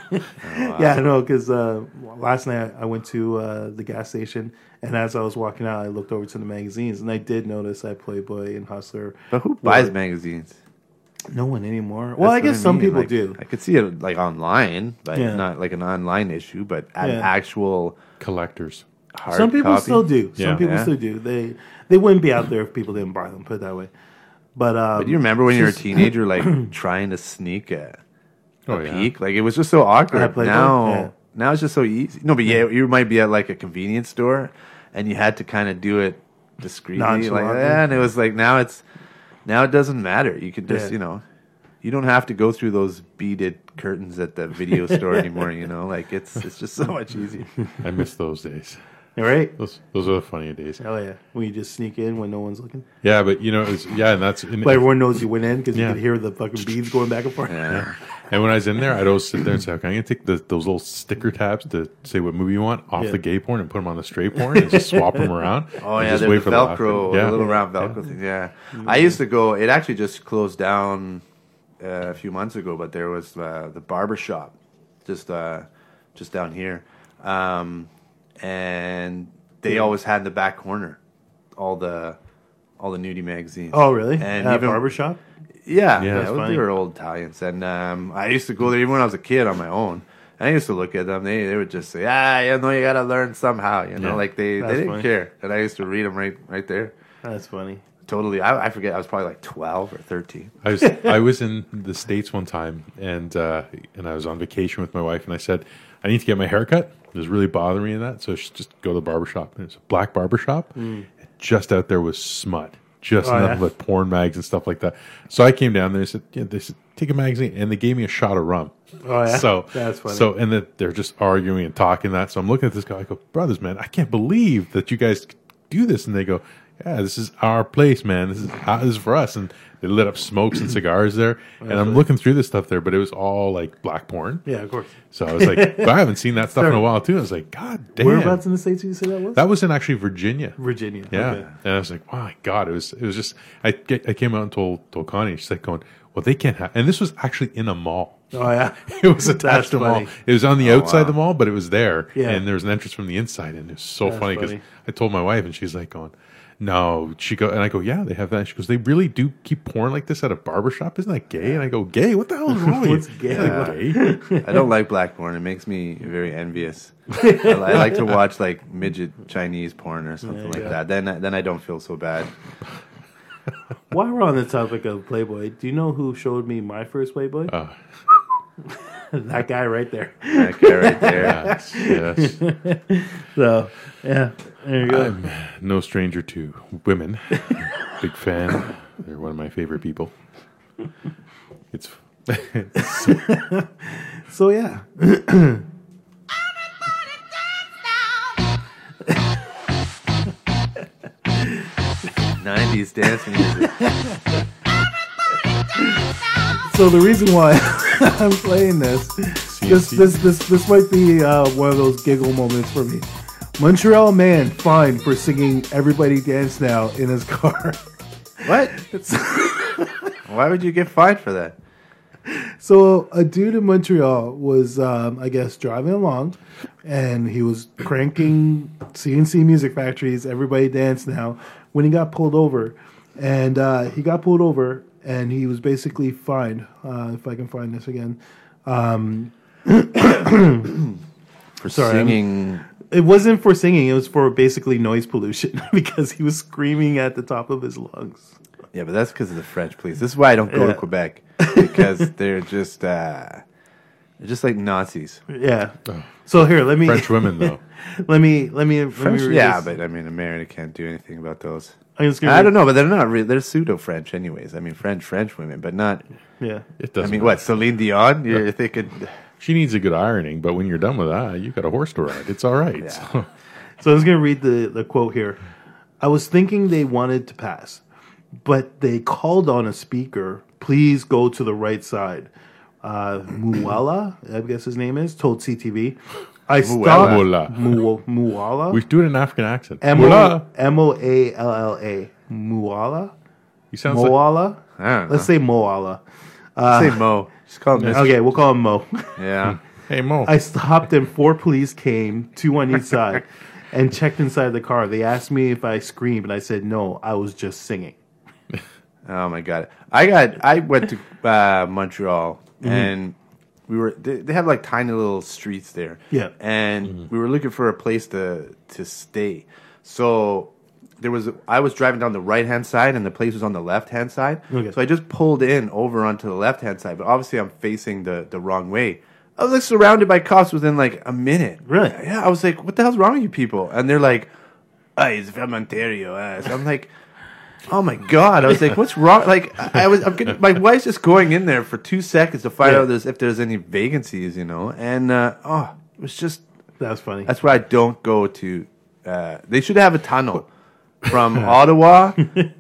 Yeah, I know. Because uh, last night I went to uh, the gas station, and as I was walking out, I looked over to the magazines, and I did notice that Playboy and Hustler.
but who buys magazines?
No one anymore. Well,
That's
I
what
guess some
mean.
people
Like,
do.
I could see it like online, but
Yeah.
not like an online issue, but an
Yeah.
actual
Collectors.
hard
Some people
copy.
still do.
Yeah.
Some people
Yeah.
still do. They they wouldn't be out there if people didn't buy them. Put it that way. But, um,
Do you remember when you were a teenager,
(clears throat)
like trying to sneak a, a
Oh, yeah.
peek? Like it was just so awkward.
I played that,
now,
yeah.
now it's just so easy. No, but yeah, you might be at like a convenience store, and you had to kind of do it discreetly, like
Nonchalantly.
that. And it was like now it's now it doesn't matter. You can just
Yeah.
you know, you don't have to go through those beaded curtains at the video
(laughs)
store anymore. You know, like it's it's just so much easier.
I miss those days.
right?
Those those are the funnier days.
Oh yeah, when you just sneak in when no one's looking,
Yeah, but you know, it was, yeah, and that's and,
but everyone knows you went in because
Yeah.
you could hear the fucking beads going back and forth.
Yeah.
and when I was in there, I'd always sit there and say, "Okay, I'm gonna take the, those little sticker tabs to say what movie you want off
Yeah.
the gay porn and put them on the straight porn and just swap them around."
(laughs) Oh
and
yeah,
just
there's the
laughter.
Velcro,
Yeah.
the little round Velcro thing. Yeah, I used to go. It actually just closed down uh, a few months ago, but there was uh, the barber shop just uh, just down here, um, and they always had in the back corner all the all the nudie magazines.
Oh really?
And
At a
even-
barbershop?
Yeah,
Yeah.
yeah,
That's
it was-
funny.
they were old Italians, and um, I used to go there even when I was a kid on my own. And I used to look at them. They they would just say, "Ah, you know, you gotta learn somehow." You know,
Yeah.
like they, they
That's
didn't
funny.
care. And I used to read them right right there.
That's funny.
Totally. I, I forget. I was probably like 12 or 13.
I was I was in the states one time, and uh, and I was on vacation with my wife, and I said I need to get my hair cut. It was really bothering me in that, so she just go to the barber shop. And it's a black barber shop. Just out there was smut, just
Mm. Oh,
nothing
yeah.
but porn mags and stuff like that. So I came down there. They said, yeah, they said take a magazine, and they gave me a shot of rum.
Oh, yeah?
So
That's funny.
So and that they're just arguing and talking that. So I'm looking at this guy. I go, brothers, man, I can't believe that you guys do this. And they go, yeah, this is our place, man. This is how, this is for us. And they lit up smokes and cigars there. And I'm looking through this stuff there, but it was all like black porn.
Yeah, of course.
So I was
(laughs)
like, but I haven't seen that stuff in a while too. I was like, God damn.
Whereabouts in the states did you say that was?
that was in actually Virginia.
Virginia.
Yeah.
Okay.
And I was like, wow, my God, it was, it was just, I, get, I came out and told, told Connie, she's like going, well, they can't have, and this was actually in a mall.
Oh yeah. (laughs)
(laughs) It was
That's
attached to the mall.
funny. Oh,
It was on the outside
wow.
of the mall, but it was there.
Yeah.
And there was an entrance from the inside. And it was so
That's
funny because
funny.
I told my wife and she's like going, no, she go and I go, yeah, they have that. She goes, they really do keep porn like this at a barber shop. Isn't that gay? And I go, gay? What the hell
(laughs)
is wrong with you?
What's gay?
Like, gay?
I don't like black porn. It makes me very envious. I, li- I like to watch like midget Chinese porn or something like
yeah.
that. Then I, then I don't feel so bad.
While we're on the topic of Playboy, do you know who showed me my first Playboy?
Oh.
(laughs) that guy right there.
That guy right there.
(laughs)
yes, yes.
So yeah, there you go.
I'm no stranger to women. (laughs) Big fan. They're one of my favorite people. It's (laughs)
so yeah, (laughs)
Nineties dance music.
So the reason why (laughs) I'm playing this, this, this, this, this might be uh, one of those giggle moments for me. Montreal man fined for singing "Everybody Dance Now" in his (laughs) car.
What? Why would you get fined for that?
So a dude in Montreal was, um, I guess, driving along, and he was cranking CNC Music Factory's "Everybody Dance Now" when he got pulled over, and uh, he got pulled over, and he was basically fined. Uh, if I can find this again, Um,
For
Sorry, I'm-
singing.
it wasn't for singing it was for basically noise pollution (laughs) because he was screaming at the top of his lungs
Yeah, but that's because of the French police. This is why I don't go
Yeah.
to Quebec because they're just uh, they're just like Nazis.
yeah
Oh.
so here let me
French women, though.
(laughs) let me let me, let me read
yeah,
this.
but I mean, America can't do anything about those.
I'm just gonna
I don't know, but they're not really. They're pseudo French, anyways. I mean, French French women, but not.
yeah
It
I
doesn't
mean, what Celine Dion? You're thinking
She needs a good ironing, but when you're done with that, you got a horse to ride. It's all right. So,
so i was gonna read the the quote here i was thinking they wanted to pass but they called on a speaker please go to the right side uh muwala i guess his name is told ctv i stopped
Muwala.
Mu- muwala
we do it in African accent.
M
Mula.
O M O A L L A. Muala?
You sound like
Moala?
I don't know.
Let's say Moala.
say Mo. Just call him.
Okay, we'll call him Mo. (laughs)
Yeah,
hey Mo.
I stopped and four police came, two on each side, and checked inside the car. They asked me if I screamed, and I said no, I was just singing. Mm-hmm.
Oh my god! I got I went to uh, Montreal and we were they, they had like tiny little streets there.
Yeah. Mm-hmm.
And we were looking for a place to to stay. So there was I was driving down the right hand side and the place was on the left hand side.
Okay.
So I just pulled in over onto the left hand side, but obviously I'm facing the the wrong way. I was like surrounded by cops within like a minute.
Really?
Yeah. I was like, what the hell's wrong with you people? And they're like, oh, he's from Ontario. Uh. So I'm like, oh my god! I was like, what's wrong? Like, I I was, I'm getting, my wife's just going in there for two seconds to find
Yeah.
out there's, if there's any vacancies, you know. And uh, oh, it was just
That's funny.
that's why I don't go to. Uh, they should have a tunnel from Ottawa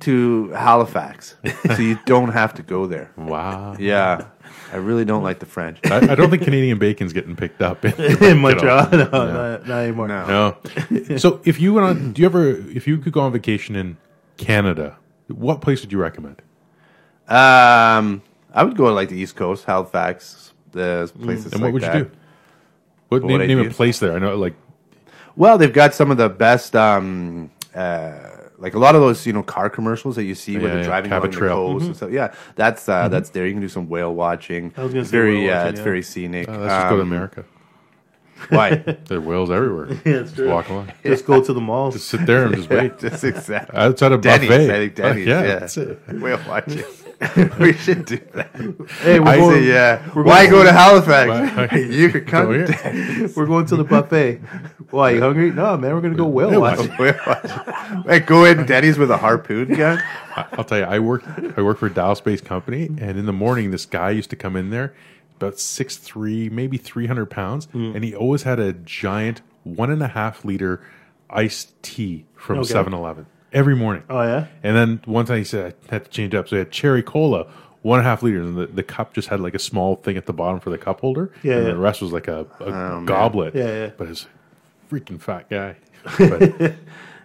to Halifax, so you don't have to go there.
Wow.
Yeah, I really don't like the French.
I, I don't think Canadian bacon's getting picked up (laughs) in,
(laughs) in Montreal, no,
Yeah.
not, not anymore.
No.
No. So if you went on, do you ever, if you could go on vacation in Canada, what place would you recommend?
Um, I would go to like the East Coast, Halifax, the places.
Mm. And what
like
would
that.
you do? What
What
name,
would I
name a
do?
place there? I know, like,
Well, they've got some of the best, um, uh, like a lot of those, you know, car commercials that you see when
Yeah,
they're
yeah, Mm-hmm.
driving
Cabot
along the
Trail.
coast and stuff. Yeah, that's uh, that's there. You can do some whale watching.
I was gonna
It's
say
very,
whale
uh,
watching,
it's
yeah.
very scenic.
uh, let's just go to
Um,
America. (laughs)
Why?
There are
(laughs)
whales everywhere.
it's
just
true.
walk along.
Just go to the mall.
Just sit there and just wait.
Just exactly.
Outside a
Denny's,
buffet.
I think Denny's.
Like,
yeah,
that's it.
whale
(laughs)
watching. (laughs) we should do that.
hey, we're
I
going,
say, yeah.
we're
Why
going-
go to Halifax? (laughs)
Why-
you could come
Go here.
to Denny's.
we're going to the buffet. Why you hungry? No, man, we're gonna go whale
(laughs)
watch.
watching.
Whale watching. Wait, go in Denny's with a harpoon gun.
I- I'll tell you, I work I work for a dial space company, and in the morning, this guy used to come in there, about six three, maybe three hundred pounds,
Hmm.
and he always had a giant one and a half liter iced tea from
Okay.
Seven Eleven every morning.
Oh yeah,
And then one time he said I had to change it up, so he had cherry cola, one and a half liters, and the, the cup just had like a small thing at the bottom for the cup holder,
Yeah,
and
yeah. Oh,
the rest was like a, a goblet.
Yeah, yeah.
but it's freaking
(laughs)
fat guy, but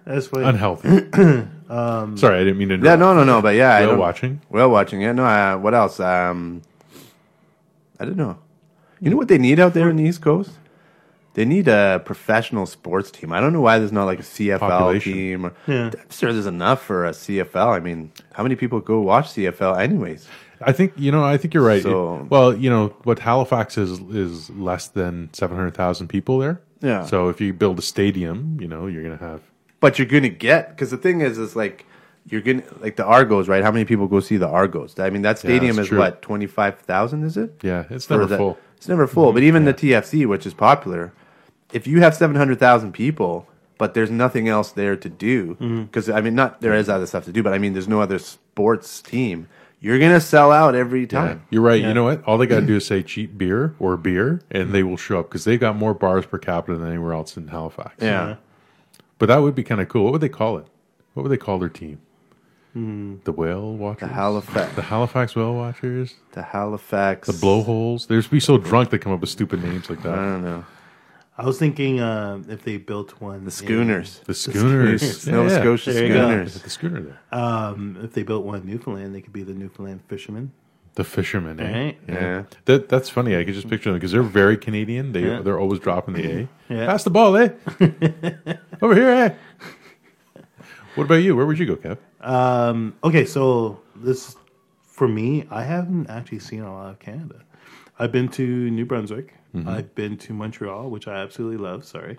that's funny.
unhealthy.
(clears throat) Um,
Sorry, I didn't mean to.
Yeah, (laughs)
interrupt.
no, no, no. But yeah, I
Whale
don't-
watching?
Whale watching. Yeah, no. Uh, what else? Um, I don't know. You know what they need out there in the East Coast? They need a professional sports team. I don't know why there's not like a CFL
Population.
team. Or,
Yeah.
I'm sure there's enough for a CFL. I mean, how many people go watch CFL anyways?
I think you know. I think you're right.
So-
well, you know what Halifax is is less than seven hundred thousand people there.
Yeah.
So if you build a stadium, you know you're gonna have.
But you're gonna get because the thing is, is like you're gonna like the Argos, right? How many people go see the Argos? I mean, that stadium
that's
is
true.
what twenty five thousand, is it?
Yeah, it's
for
never
that-
full.
It's never full.
Mm-hmm.
But even the TFC, which is popular, if you have seven hundred thousand people, but there's nothing else there to do,
Mm-hmm.
because I mean, not there is other stuff to do, but I mean, there's no other sports team. You're gonna sell out every
Yeah,
time.
you're right. You know what? All they got
(clears throat)
to do is say cheap beer or beer, and they will show up because they've got more bars per capita than anywhere else in Halifax.
Yeah.
But that would be kind of cool. What would they call it? What would they call their team? The whale watchers.
The Halifax,
(laughs)
The Halifax whale watchers.
the Halifax,
The blowholes. There's be so drunk they come up with stupid names like
I
that.
don't know.
I was thinking uh, if they built one,
The Schooners,
The schooners.
Nova
Yeah.
Scotia
There you go.
Schooners.
The schooner there.
um, if they built one in Newfoundland, they could be the Newfoundland fishermen.
The fishermen, eh?
Right?
Yeah.
Yeah.
That that's funny. I could just picture them because they're very Canadian. They
Yeah.
they're always dropping the A.
Yeah.
Pass the ball, eh? Over here, eh? What about you? Where would you go, Kev?
Um, okay, so this for me, I haven't actually seen a lot of Canada. I've been to New Brunswick.
Mm-hmm.
I've been to Montreal, which I absolutely love. Sorry,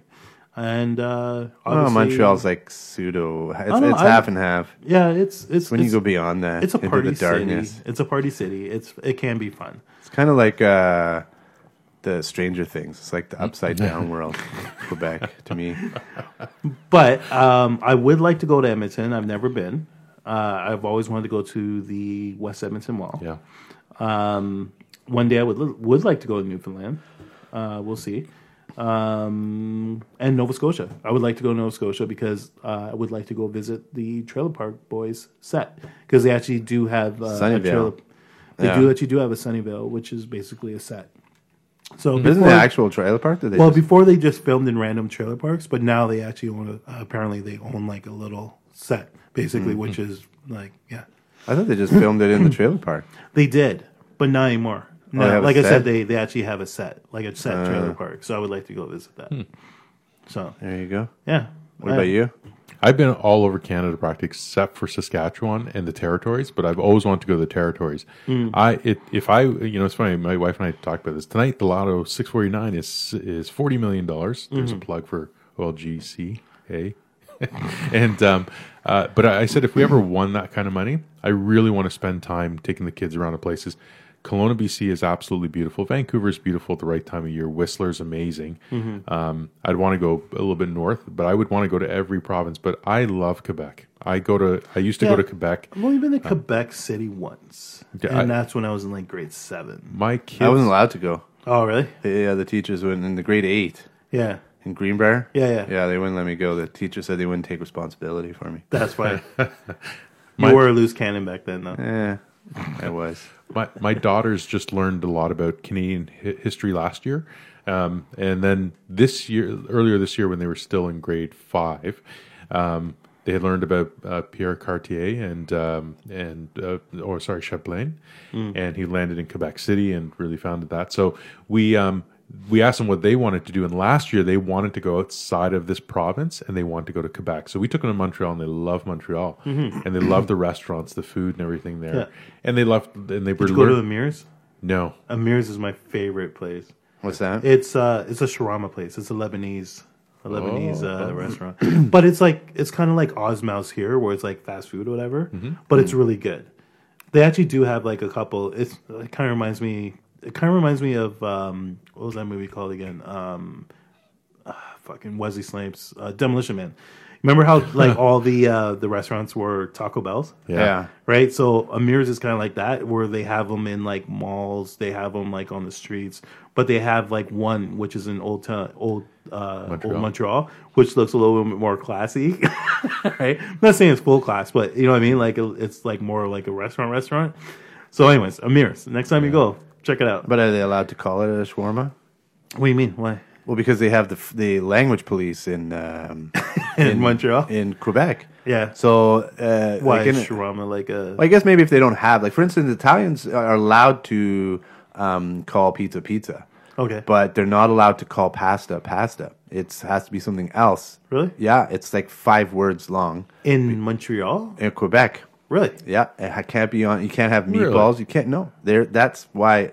and uh,
Oh,
obviously-
Montreal's like pseudo. It's,
no,
it's
I-
half and half.
yeah, it's it's
When
it's-
you go beyond that,
It's a
into
party city. It's a party city. It's it can be fun.
It's kind of like uh, the Stranger Things. It's
Hmm.
like the upside
(laughs)
down world, Quebec to me.
But um, I would like to go to Edmonton. I've never been. Uh, I've always wanted to go to the West Edmonton Mall.
Yeah.
Um, one day I would would like to go to Newfoundland. Uh, we'll see. Um, and Nova Scotia. I would like to go to Nova Scotia because uh, I would like to go visit the Trailer Park Boys set because they actually do have uh,
Sunnyvale.
A trailer, they
Yeah.
do actually do have a Sunnyvale, which is basically a set. So
Isn't
before-
the actual trailer park? That they
well,
just-
before they just filmed in random trailer parks, but now they actually own. A, apparently, they own like a little set, basically,
Mm-hmm.
which is like yeah,
I thought they just filmed it in
(clears throat)
the trailer park.
they did, but not anymore.
Oh, they
No,
have a
like I
set? Uh.
said, they they actually
Hmm.
have a set, like a set trailer park. So I would like to go visit that. So
There you go.
yeah,
What about you?
I've been all over Canada practically except for Saskatchewan and the territories, but I've always wanted to go to the territories. I it, if I you know it's funny. My wife and I talked about this tonight. The Lotto six forty nine is is forty million dollars. There's a plug for OLGC. Hey, (laughs) and um, uh, but I, I said if we ever won that kind of money, I really want to spend time taking the kids around to places. Kelowna, BC is absolutely beautiful. Vancouver is beautiful at the right time of year. Whistler's amazing. Um, I'd want to go a little bit north, but I would want to go to every province. But I love Quebec. I go to. I used to
Yeah.
go to Quebec.
I've only been to Quebec City once,
Yeah,
and
I-
that's when I was in like grade seven.
My kids.
I wasn't allowed to go.
Oh, really?
Yeah, the teachers went in the grade eight
Yeah,
in Greenbrier.
Yeah, yeah.
yeah. They wouldn't let me go. The teacher said they wouldn't take responsibility for me.
that's
(laughs)
why. you were a loose cannon back then, though.
Yeah, Eh, I was.
my my daughters just learned a lot about Canadian hi- history last year, um, and then this year, earlier this year, when they were still in grade five, um, they had learned about uh, Pierre Cartier and um, and uh, or sorry Champlain, and he landed in Quebec City and really founded that. So we. Um, we asked them what they wanted to do, and last year they wanted to go outside of this province and they wanted to go to Quebec. So we took them to Montreal, and they love Montreal, and they love the restaurants, the food, and everything there.
Yeah.
And they left, and they were
Did you go to
lear-
Amir's?
no.
Amir's is my favorite place.
What's that?
It's uh, it's a shawarma place. It's a Lebanese, a Lebanese uh, restaurant. (clears throat) but it's like it's kind of like Ozmouse here, where it's like fast food or whatever. But it's really good. They actually do have like a couple. It's, it kind of reminds me. It kind of reminds me of um, what was that movie called again? Um, ah, fucking Wesley Snipes, uh, Demolition Man. Remember how like all the uh, the restaurants were Taco Bell's?
yeah.
right? So Amir's is kind of like that, where they have them in like malls, they have them like on the streets, but they have like one which is in old town, old uh,
Montreal.
old Montreal, which looks a little bit more classy, (laughs) right? I'm not saying it's full class, but you know what I mean. Like it- it's like more like a restaurant, restaurant. So, anyways, Amir's. Next time you go, check it out.
But are they allowed to call it a shawarma?
What do you mean? Why
Well, because they have the f- the language police in
(coughs)
um,
in, Montreal?
in Quebec.
yeah. So
So uh,
why
like in-
is shawarma like a?
I guess maybe if they don't have, like for instance, Italians are allowed to um, call pizza pizza,
okay,
but they're not allowed to call pasta pasta. It has to be something else.
Really?
Yeah, it's like five words long
in Montreal,
in Quebec.
really?
Yeah, it can't be on. You can't have
Really?
meatballs. You can't. No, there. That's why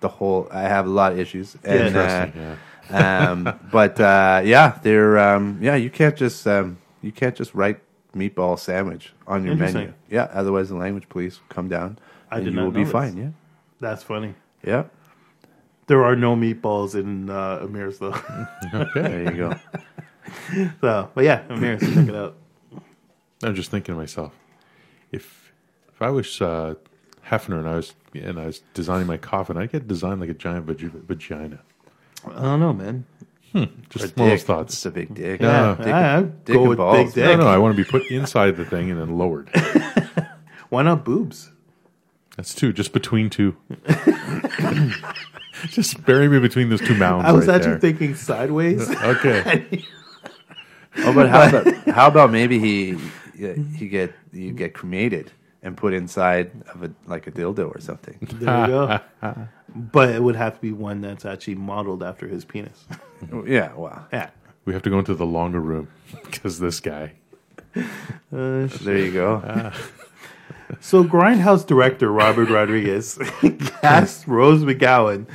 the whole. I have a lot of issues. And,
Interesting, (laughs)
uh, um, but uh, yeah, they're um, yeah. You can't just um, you can't just write meatball sandwich on your menu.
Interesting.
Yeah, otherwise the language police come down.
I
and
did
you
not
will
know
be
this.
fine. Yeah,
That's funny.
yeah.
There are no meatballs in uh, Amir's though. (laughs)
There you go.
So, but yeah, I'm here. So check it out.
I'm just thinking to myself, if if I was uh, Hefner and I was and I was designing my coffin, I'd get designed like a giant vag- vagina.
I don't know, man.
Just
Dick.
one of those
It's
thoughts.
a big dick.
Yeah.
Dick-
I, I
dick
go
and
with big
balls.
dick.
No, no, I want to be put inside the thing and then lowered.
Why not boobs?
That's two, just between
(laughs)
two. just bury me between those two mounds.
I was
right
actually
there.
thinking
(laughs)
sideways.
Okay,
Oh, but
(laughs)
how about how about maybe he he get you get cremated and put inside of a like a dildo or something.
(laughs) there you go. But it would have to be one that's actually modeled after his penis.
Yeah, wow.
Yeah.
we have to go into the longer room (laughs) because this guy.
Uh,
There you go.
so, Grindhouse director Robert Rodriguez (laughs) cast Rose McGowan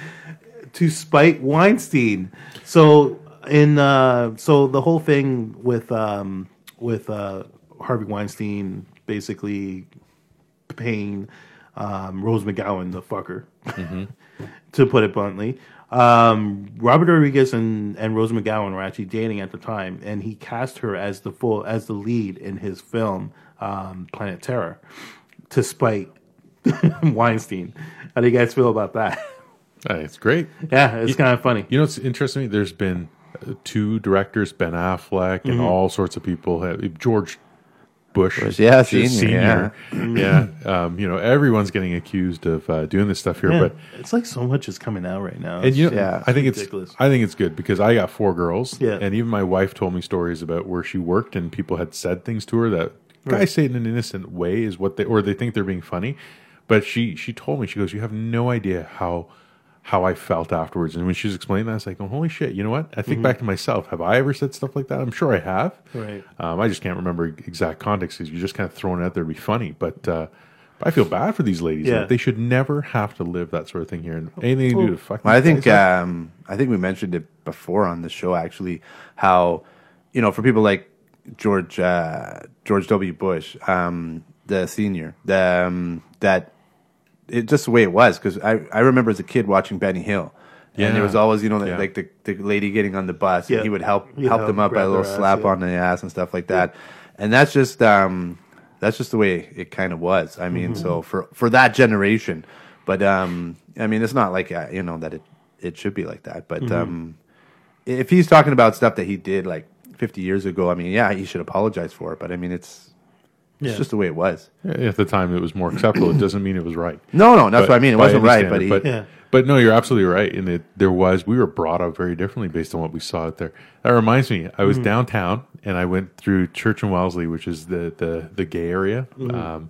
to spite Weinstein. So, in uh, so the whole thing with um, with uh, Harvey Weinstein basically paying um, Rose McGowan the fucker, (laughs) to put it bluntly. Um, Robert Rodriguez and, and Rose McGowan were actually dating at the time, and he cast her as the full as the lead in his film um, Planet Terror to spite (laughs) Weinstein. How do you guys feel about that?
Hey, it's great.
yeah, it's kind of funny.
You know, it's interesting. to me, There's been uh, two directors, Ben Affleck, and all sorts of people. have- George Bush,
yeah,
which is
senior,
senior. yeah. Um, you know, everyone's getting accused of uh, doing this stuff here,
Yeah,
but
it's like so much is coming out right now.
and you know,
Yeah.
I think it's
Ridiculous.
I think it's good because I got four girls,
Yeah.
and even my wife told me stories about where she worked and people had said things to her that guys say it in an innocent way is what they or they think they're being funny, but she she told me she goes, you have no idea how how I felt afterwards. And when she was explaining that, I was like, oh, holy shit, you know what? I think back to myself. Have I ever said stuff like that? I'm sure I have.
Mm-hmm. Right.
Um, I just can't remember exact context because you're just kind of throwing it out there to be funny. But uh, I feel bad for these ladies.
Yeah. Oh,
Like, they should never have to live that sort of thing here. And anything you do to fuck
Well, I
these
think
guys up-
um, I think we mentioned it before on the show actually how you know for people like George uh, George W. Bush, um, the senior, the, um, that it just the way it was because I, I remember as a kid watching Benny Hill. And
Yeah.
there was always, you know, the-
Yeah.
like the, the lady getting on the bus,
Yeah.
and he would help
He'd
help
help
them up by a
grab
little
their ass,
slap
yeah.
on the ass and stuff like that. And that's just um, that's just the way it kind of was. I mean, so
Mm-hmm.
for for that generation, but um, I mean, it's not like uh, you know that it it should be like that. But
Mm-hmm.
um, if he's talking about stuff that he did like 50 years ago, I mean, yeah, he should apologize for it. But I mean, it's it's
Yeah.
just the way it was.
at the time it was more acceptable. It doesn't mean it was right.
No, no, uh, that's what I mean. It
by
wasn't
any
right,
standard,
but he.
but,
Yeah.
but no, you're absolutely right. In that there was, we were brought up very differently based on what we saw out there. That reminds me, I
Mm-hmm.
was downtown and I went through Church and Wellesley, which is the the, the gay area,
Mm-hmm.
um,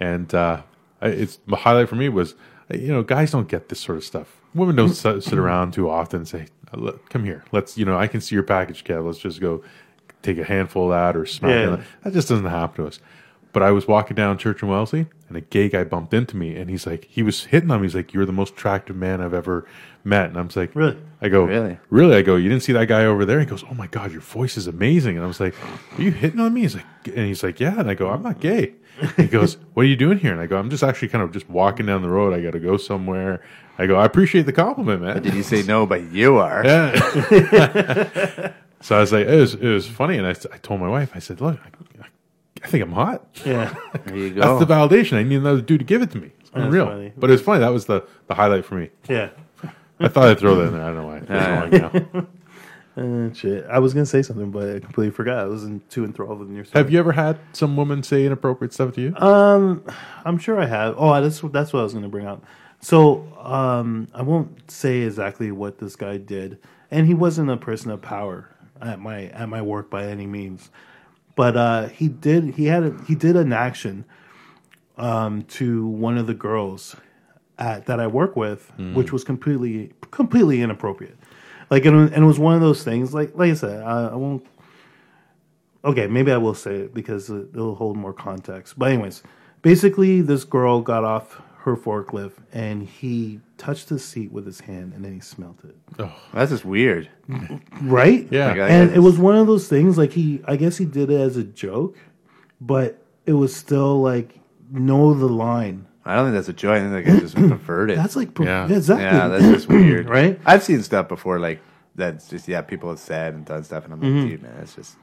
and uh, I- it's the highlight for me was uh, you know guys don't get this sort of stuff. Women don't
Mm-hmm.
sit, sit around too often and say, "Look, "Come here, let's." You know, I can see your package, Kev. Let's just go take a handful of that or smack.
Yeah.
it up." That just doesn't happen to us. But I was walking down Church and Wellesley, and a gay guy bumped into me, and he's like, he was hitting on me. He's like, "You're the most attractive man I've ever met," and I'm just like,
Really?
I go,
Really?
really?" I go, "You didn't see that guy over there?" He goes, "Oh my god, your voice is amazing," and I was like, "Are you hitting on me?" He's like, and he's like, "Yeah," and I go, "I'm not gay." He goes, "What are you doing here?" And I go, "I'm just actually kind of just walking down the road. I got to go somewhere." I go, "I appreciate the compliment, man."
Did you say no? But you are.
Yeah. so I was like, it was it was funny, and I, s- I told my wife, I said, look, I, I think I'm hot.
Yeah.
There you go.
That's the validation. I need another dude to give it to me. It's unreal.
funny.
But it was funny. That was the, the highlight for me.
(laughs) Yeah.
I thought I'd throw that in there. I don't know why. It's going now.
Uh, shit. I was gonna say something, but I completely forgot. I was in, too enthralled with your story.
Have you ever had some woman say inappropriate stuff to you?
Um, I'm sure I have. Oh, that's that's what I was going to bring up. So um, I won't say exactly what this guy did, and he wasn't a person of power at my at my work by any means, but uh, he did he had a, he did an action um, to one of the girls at, that I work with, which was completely completely inappropriate. Like and, it- and it was one of those things. Like like I said, I, I won't okay, maybe I will say it because it- it'll hold more context. But anyways, basically, this girl got off her forklift and he touched the seat with his hand and then he smelt it.
That's just weird.
Right?
yeah.
Okay.
And it was one of those things like he, I guess he did it as a joke, but it was still like know the line.
I don't think that's a joy. I think that
(clears throat)
guy just preferred it.
That's like pro-
Yeah.
exactly.
Yeah, that's just (laughs) weird,
Right?
I've seen stuff before, like that's just yeah, people have said and done stuff, and I'm like, dude, man, that's just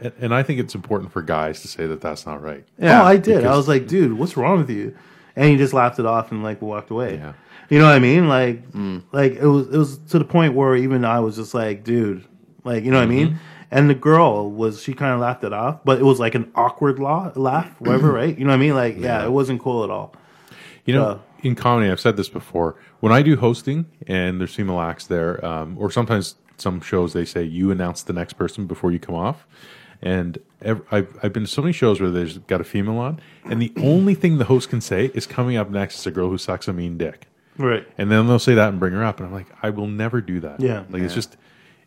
And, and I think it's important for guys to say that that's not right.
yeah.
oh, I did. I
because-
was like, dude, what's wrong with you? And he just laughed it off and like walked away.
Yeah.
You know what I mean? Like, like it was it was to the point where even I was just like, dude, like you know what I mean? And the girl was she kind of laughed it off, but it was like an awkward la- laugh, whatever, right? You know what I mean? Like, yeah, it wasn't cool at all.
You know,
Uh,
in comedy, I've said this before. When I do hosting, and there's Sema Lax there, um, or sometimes some shows they say you announce the next person before you come off. And ev I've I've been to so many shows where there's got a female on, and the only thing the host can say is coming up next is a girl who sucks a mean dick,
Right.
and then they'll say that and bring her up, and I'm like, I will never do that.
Yeah.
like it's just,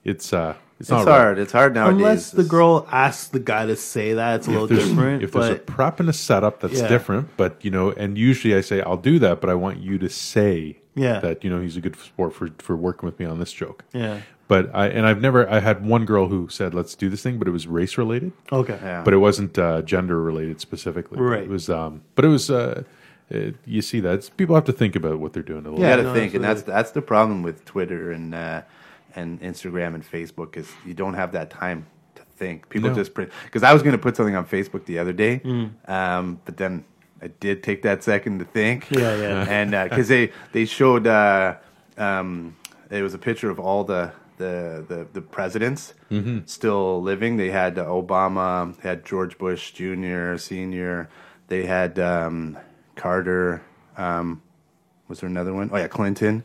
it's uh,
it's
it's, not
hard. It's hard nowadays.
Unless the
It's-
girl asks the guy to say that, it's a little
If there's,
different.
if there's a
but
prep and a setup, that's
Yeah.
different. But you know, and usually I say I'll do that, but I want you to say
Yeah.
that you know he's a good sport for for working with me on this joke.
yeah,
But I and I've never I had one girl who said let's do this thing, but it was race related,
okay,
Yeah.
but it wasn't uh, gender related specifically.
Ah. Right.
It was um, but it was uh, it, you see that it's, people have to think about what they're doing a little.
you got to
no,
think, and
absolutely.
that's that's the problem with Twitter and uh, and Instagram and Facebook is you don't have that time to think. People
No.
just print because I was going to put something on Facebook the other day,
Mm.
um, but then I did take that second to think.
Yeah, yeah.
(laughs) and because they they showed uh, um, it was a picture of all the. The, the, the presidents
Mm-hmm.
still living. They had uh, Obama, they had George Bush Jr., Senior, they had um, Carter, um, was there another one? Oh yeah, Clinton,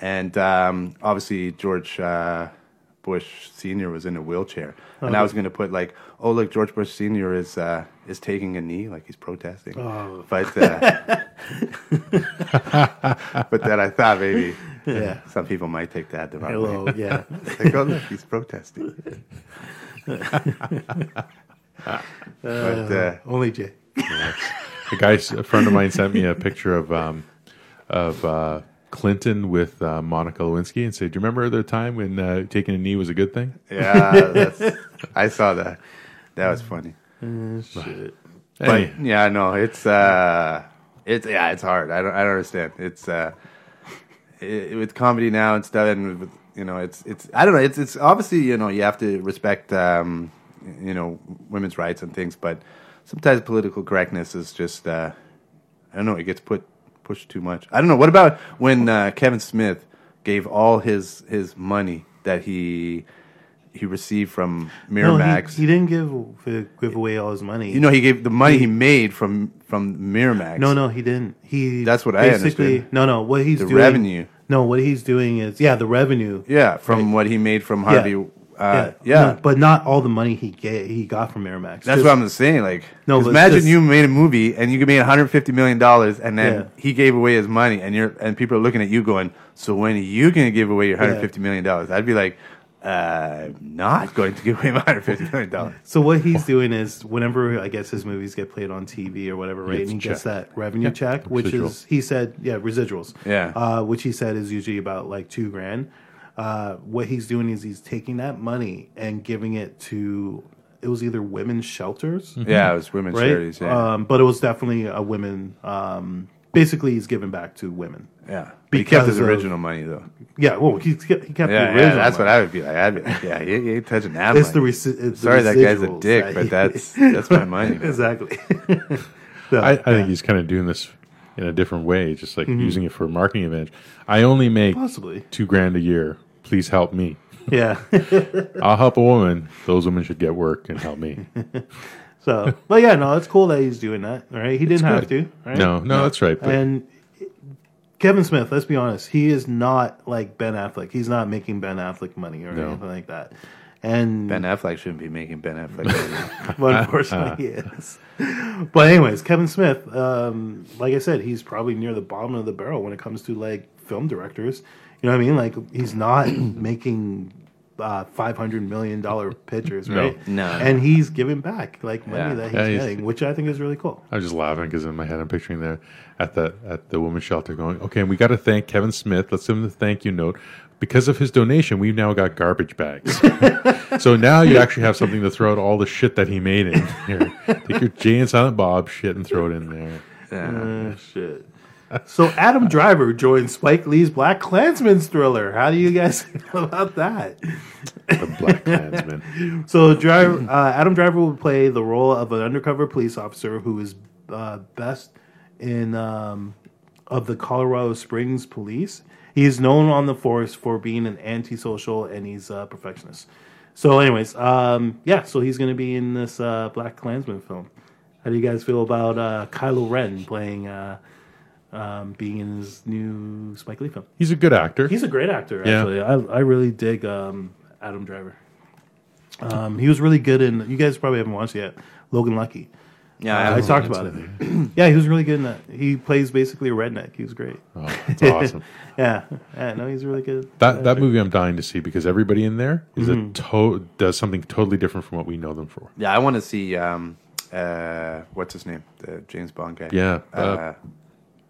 and um, obviously George uh, Bush Senior was in a wheelchair, and
Uh-huh.
I was going to put like, oh look, George Bush Senior is uh, is taking a knee, like he's (laughs)
Oh.
protesting, but uh, but then I thought maybe
Yeah.
Some people might take that the wrong
Hello.
way.
Yeah.
Like, oh, look, he's protesting.
(laughs)
but uh,
Only Jay.
A guy, a friend of mine, sent me a picture of um, of uh, Clinton with uh, Monica Lewinsky and said, "Do you remember the time when uh, taking a knee was a good thing?"
yeah, that's, I saw that. That was funny.
Shit.
Hey,
But yeah, no, it's uh, it's yeah, it's hard. I don't, I don't understand. It's uh, i with comedy now and stuff, and with, you know, it's it's I don't know. It's it's obviously you know you have to respect um, you know women's rights and things, but sometimes political correctness is just uh, I don't know. It gets put pushed too much. I don't know. What about when uh, Kevin Smith gave all his his money that he he received from
No,
Miramax?
he, he didn't give give away all his money.
You know, he gave the money he made from from Miramax.
No, no, he didn't. He
That's what I understand.
No, no, what he's
The
doing
revenue.
No, what he's doing is yeah, the revenue.
Yeah, from what he made from Harvey. Yeah, uh, yeah.
no, but not all the money he get he got from Miramax.
that's
Just-
what I'm saying. Like,
No,
'cause
but
imagine
this-
you made a movie and you made 150 million dollars, and then
Yeah.
he gave away his money, and you're and people are looking at you going, "So when are you going to give away your 150 million dollars?" I'd be like, uh, "I'm not going to give away my 150 million dollars."
So what he's doing is whenever I guess his movies get played on TV or whatever, right?
Gets
And he gets
checked.
that revenue check, which
residual.
is he said, yeah, residuals.
Yeah.
Uh, which he said is usually about like two grand. Uh, what he's doing is he's taking that money and giving it to it was either women's shelters,
Yeah, it was women's
right?
charities. Yeah,
Um, but it was definitely a women. Um, basically, he's giving back to women.
yeah. But he kept his
because of-
original money though.
Yeah, well, he, he kept
Yeah,
the original.
yeah that's what
money.
I would be like. I'd be like, "Yeah, he, he ain't touching that
It's the,
money."
resi- it's the
Sorry, that guy's a
residuals
dick,
that
but
he- (laughs)
that's that's my money.
exactly. (laughs)
I, I think he's kind of doing this in a different way, just like using it for a marketing advantage. I only make
Mm-hmm. Possibly.
two grand a year. Please help me.
Yeah. (laughs)
I'll help a woman. Those women should get work and help me.
So, but yeah, no, it's cool that he's doing that, right? He didn't have
good.
to, right?
No, no, that's right. But
And Kevin Smith, let's be honest, he is not like Ben Affleck. He's not making Ben Affleck money or anything like that. And
Ben Affleck shouldn't be making Ben Affleck. money.
(laughs) but unfortunately, he is. But anyways, Kevin Smith, um, like I said, he's probably near the bottom of the barrel when it comes to like film directors. You know what I mean? Like he's not making uh, five hundred million dollar pictures,
No.
right?
No.
and he's giving back like money
Yeah.
that he's
Yeah, he's-
getting, which I think is really cool.
I'm just laughing because in my head I'm picturing there at the at the women's shelter going, okay, and we got to thank Kevin Smith. Let's send him the thank you note. Because of his donation, we've now got
(laughs)
garbage bags. so now you actually have something to throw out all the shit that he made in here. Take your Jay and Silent Bob shit and throw it in there.
Uh, shit. So Adam Driver joined Spike Lee's Black Klansman's thriller. How do you guys (laughs) feel about that?
The Black Klansman.
So Driver, uh, Adam Driver will play the role of an undercover police officer who is uh, best in um, of the Colorado Springs Police. He is known on the force for being an antisocial and he's a perfectionist. So, anyways, um, yeah, so he's going to be in this uh, Black Klansman film. How do you guys feel about uh, Kylo Ren playing, uh, um, being in his new Spike Lee film?
He's a good actor.
He's a great actor,
Yeah.
actually. I, I really dig um, Adam Driver. Um, he was really good in. You guys probably haven't watched it yet. Logan Lucky.
yeah,
I talked about it. (clears throat) yeah, he was really good in that. He plays basically a redneck. He was great. (laughs)
oh, that's awesome.
Yeah, yeah. No, he's really good.
That that movie I'm dying to see because everybody in there is
Mm-hmm.
a to- does something totally different from what we know them for.
Yeah, I want to see um, uh, what's his name, the James Bond guy.
Yeah,
uh,
uh,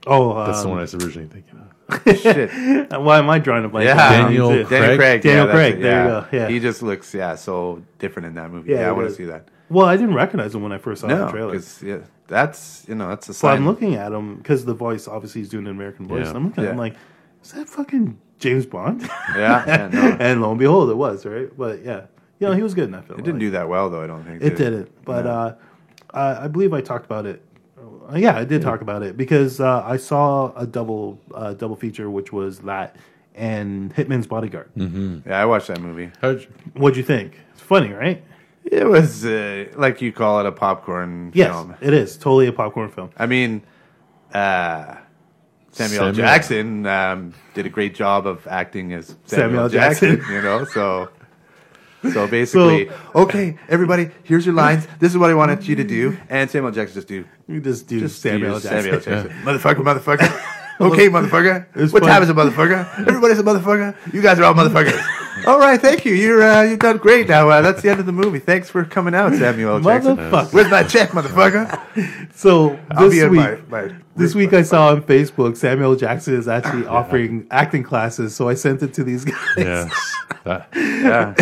Oh,
That's the
um,
one I was originally thinking
(laughs)
of.
shit, Daniel
why am I drawing a blank? Um, on
Yeah.
that one,
uh, Daniel
too?
Craig.
Craig.
Daniel
yeah, that's
Craig,
it,
there you
yeah.
go, yeah.
he just looks yeah so different in that movie.
Yeah,
Yeah, I
he
want to
does.
see that.
Well, I didn't recognize him when I first saw
No,
the trailer.
'cause, yeah, that's you know that's a
So
sign.
I'm looking at him because the voice, obviously, he's doing an American voice.
Yeah.
I'm looking at him
Yeah.
like, is that fucking James Bond? (laughs)
Yeah, yeah no.
and lo and behold, it was right. But yeah, you know, he was good in that film.
it didn't do that well though. I don't think
It didn't. But uh, I, I believe I talked about it. Uh, yeah, I did talk about it because uh, I saw a double uh, double feature, which was that and Hitman's Bodyguard.
Hmm. Yeah, I watched that movie.
(laughs)
How'd you-
What'd you think? It's funny, right?
It was uh, like you call it a popcorn
Yes,
film.
it is totally a popcorn film.
I mean, uh, Samuel,
Samuel.
Jackson um, did a great job of acting as Samuel,
Samuel
Jackson, (laughs)
Jackson.
You know,
(laughs)
so so basically, okay, everybody, here's your lines. This is what I wanted you to do, and Samuel Jackson just do
You just do
just
Samuel
do
Jackson.
(laughs)
(laughs)
Samuel Jackson, motherfucker, motherfucker. Okay, motherfucker.
It's
what
funny.
time is it, motherfucker? Everybody's a motherfucker. You guys are all
(laughs)
motherfuckers. all right, thank you. You're uh, you've done great. Now uh, that's the end of the movie. Thanks for coming out, Samuel L. Jackson.
Motherfucker.
Where's my check, motherfucker?
So
I'll be
this
at
week,
my, my
this week I saw on Facebook Samuel Jackson is actually offering acting classes. So I sent it to these guys (laughs)
Yeah. That-
yeah.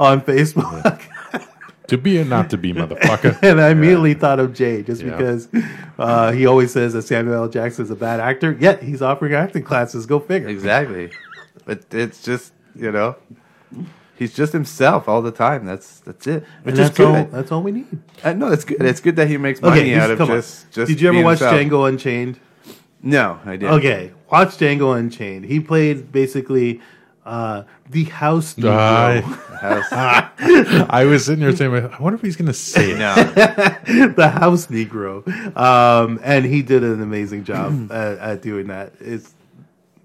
on Facebook,
to be or not to be, motherfucker.
(laughs) and I immediately thought of Jay just
Yeah.
because uh, he always says that Samuel L. Jackson is a bad actor. Yet he's offering acting classes. Go figure.
Exactly. But it's just you know, he's just himself all the time. That's that's it. Which is
And that's all.
good.
That's all we need.
Uh, no, that's good. It's good that he makes money
this-
out of
come on.
just just.
Did you ever
being
watch
himself.
Django Unchained?
No, I didn't.
Okay, watch Django Unchained. He played basically uh, the house Negro. (laughs)
I,
House-
I was sitting there saying, I wonder if he's going to say it.
no.
(laughs) the house Negro, um, and he did an
(clears throat)
amazing job at, at doing that. It's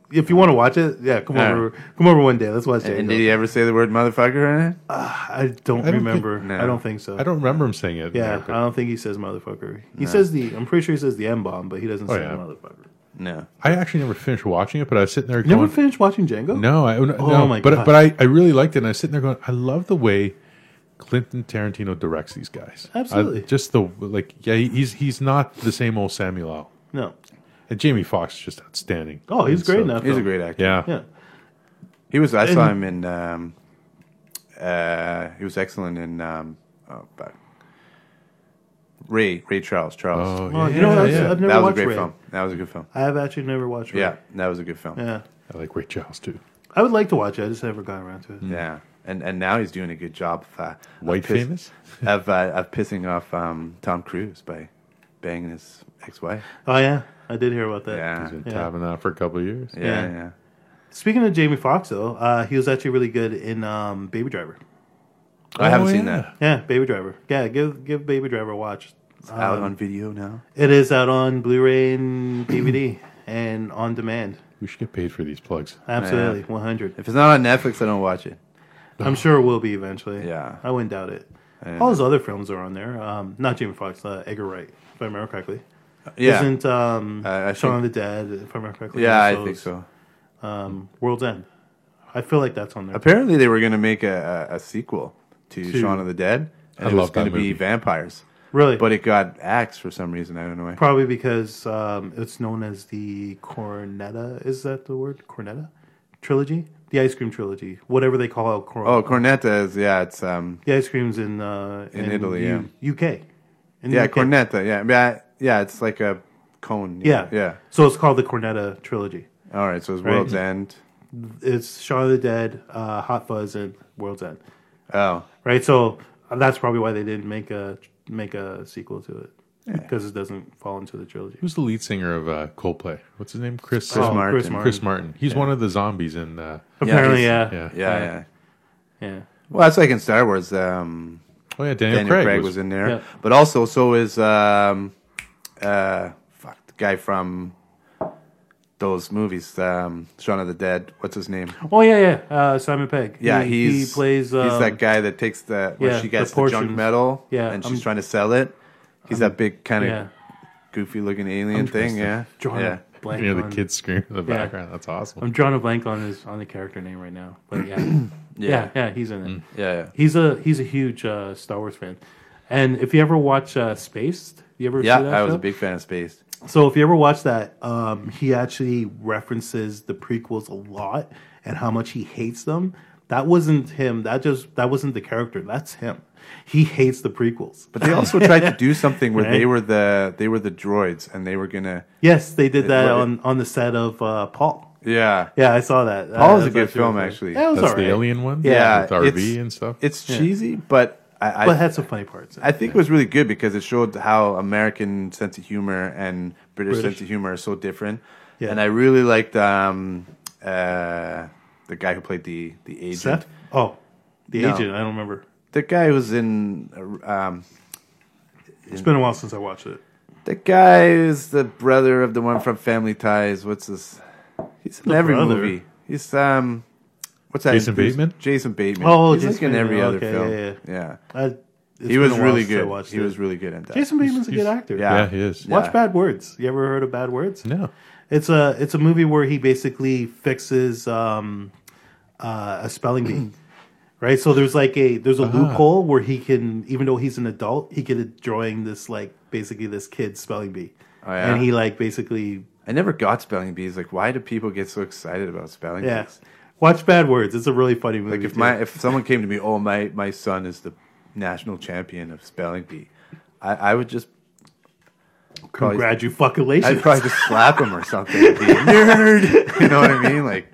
if you want to watch it, yeah, come
All
over, come over one day. Let's watch Django.
And did he ever say the word motherfucker in it?
I don't
think-
remember.
No.
I don't think so.
I don't remember him saying it.
Yeah, I don't think he says motherfucker. He says the. I'm pretty sure he says the M bomb, but he doesn't
Oh,
say
yeah.
motherfucker.
No.
I actually never finished watching it, but I was sitting there
You never
going,
finished watching Django?
No, I, no,
Oh
no,
my
but
God.
but I, I really liked it. And I was sitting there going, I love the way Clinton Tarantino directs these guys. I-
Absolutely.
just the like, yeah, he- he's he's not the same old Samuel L.
no.
And Jamie Foxx is just outstanding.
Oh, he's
And
great
so-
enough.
He's a great actor.
Yeah,
Yeah.
He was. I saw him in. Um, uh, he was excellent in. Um, oh, fuck. Ray Ray Charles Charles.
Oh,
Oh,
yeah,
you know,
yeah,
I've,
yeah.
I've
that
never
was a
watched
great
Ray.
film. That was a good film.
I have actually never watched Ray.
Yeah, that was a good film.
Yeah.
I like Ray Charles too.
I would like to watch it. I just never got around to it.
Yeah. And and now he's doing a good job of uh,
White
of piss-
famous?
of uh, of pissing off um, Tom Cruise by banging his ex-wife.
Oh yeah, I did hear about that.
Yeah.
He's been
Yeah.
tabbing that for a couple of years.
Yeah,
Yeah.
yeah.
Speaking of Jamie Foxx, though, uh, he was actually really good in um, Baby Driver.
I haven't
Oh,
seen
yeah.
that.
Yeah, Baby Driver. Yeah, give give Baby Driver a watch.
Out
Um,
on video now.
It is out on Blu-ray and DVD and on demand.
We should get paid for these plugs.
Absolutely, one hundred.
If it's not on Netflix, I don't watch it.
I'm sure it will be eventually.
Yeah.
I wouldn't doubt it.
Yeah.
All his other films are on there. Um, not Jamie Foxx, uh, Edgar Wright, if I remember correctly.
Yeah,
Isn't um,
Uh, I
Shaun of the Dead, if I remember correctly?
yeah,
also
I think
is,
so.
Um, World's End. I feel like that's on there.
Apparently, they were going to make a, a, a sequel to
To-
Shaun of the Dead, and
I
it was
love that
going to be
movie.
vampires.
Really?
But it got axed for some reason. I don't know why.
Probably because um, it's known as the Cornetta. Is that the word? Cornetta trilogy, the ice cream trilogy, whatever they call it. Cor-
Oh, Cornetta is yeah. It's um
the ice creams in uh,
In Italy,
U- UK. In the
yeah
UK.
Cornetta yeah yeah yeah. It's like a cone.
Yeah,
yeah.
So it's called the Cornetta trilogy.
All right. So it's
Right.
World's End.
It's Shaun of the Dead, uh, Hot Fuzz, and World's End.
Oh,
Right. So uh, that's probably why they didn't make a make a sequel to it because it doesn't fall into the trilogy.
Who's the lead singer of uh, Coldplay? What's his name? Chris. uh,
Chris
Oh,
Martin.
Chris Martin.
Chris Martin. He's one of the zombies in. Uh,
Apparently, yeah.
he's-
Yeah.
yeah.
yeah, yeah.
yeah.
Well, that's like in Star Wars. Um,
Oh yeah, Daniel,
Daniel Craig,
Craig
was, in there,
Yeah.
but also so is um, uh, fuck the guy from those movies, um, Shaun of the Dead. What's his name?
Oh yeah, yeah. Uh, Simon Pegg.
Yeah,
he,
he's
he plays. Um,
he's that guy that takes the where
yeah,
she gets
the
the, junk
portions.
metal,
Yeah,
and she's
I'm-
trying to sell it. He's that big kind of
Yeah.
goofy looking alien thing. Yeah,
drawing
yeah.
a blank.
You know,
on-
the kids scream in the background. That's awesome.
I'm drawing a blank on his on the character name right now, but
(clears throat)
yeah, yeah. yeah, he's in it.
yeah, yeah.
He's a he's a huge uh, Star Wars fan, and if you ever watch uh, Spaced, you ever
Yeah,
see that
I was
show?
a big fan of Space.
So if you ever watch that, um, he actually references the prequels a lot and how much he hates them. That wasn't him. That just that wasn't the character. That's him. He hates the prequels.
But they also tried to do something where
Right.
they were the they were the droids, and they were gonna
Yes, they did that
Right.
on on the set of uh, Paul.
yeah.
Yeah, I saw that.
Paul
Uh,
is a
that's
good film,
really-
actually.
Yeah, it was
That's
alright.
the alien one.
Yeah,
with RV
it's-
and stuff.
It's cheesy, but I,
but
I,
it had some funny parts.
I think it was really good because it showed how American sense of humor and British,
British.
sense of humor are so different.
Yeah.
And I really liked um, uh, the guy who played the the agent.
Seth? Oh, the
No.
agent. I don't remember.
The guy who was in uh, um,
It's been a while since I watched it.
the guy is the brother of the one from Family Ties. What's this? He's in
The
every
brother?
movie. He's um, what's that?
Jason Bateman?
Jason Bateman.
Oh,
he's like
Jason
in every
Bateman.
other
Okay,
film.
yeah,
yeah.
I it's
he
been
was
a while
really
since I
good.
watched
He
it.
was really good in that.
Jason Bateman's a
he's-
good actor.
Yeah.
Yeah, he is.
Yeah.
Watch Bad Words. You ever heard of Bad Words?
No.
It's a it's a movie where he basically fixes um, uh, a spelling bee, (clears throat) right? So there's like a there's a loophole where he can, even though he's an adult, he could drawing this like basically this kid's spelling bee,
Oh, yeah?
and he like basically
I never got spelling bees. Like, why do people get so excited about spelling
yeah.
bees?
Watch Bad Words. It's a really funny movie.
Like, if
too.
my if someone came to me, oh my my son is the national champion of spelling bee, I, I would just probably-
congratulations,
I'd probably just slap him or something. and be, Nerd, (laughs) you know what I mean? Like,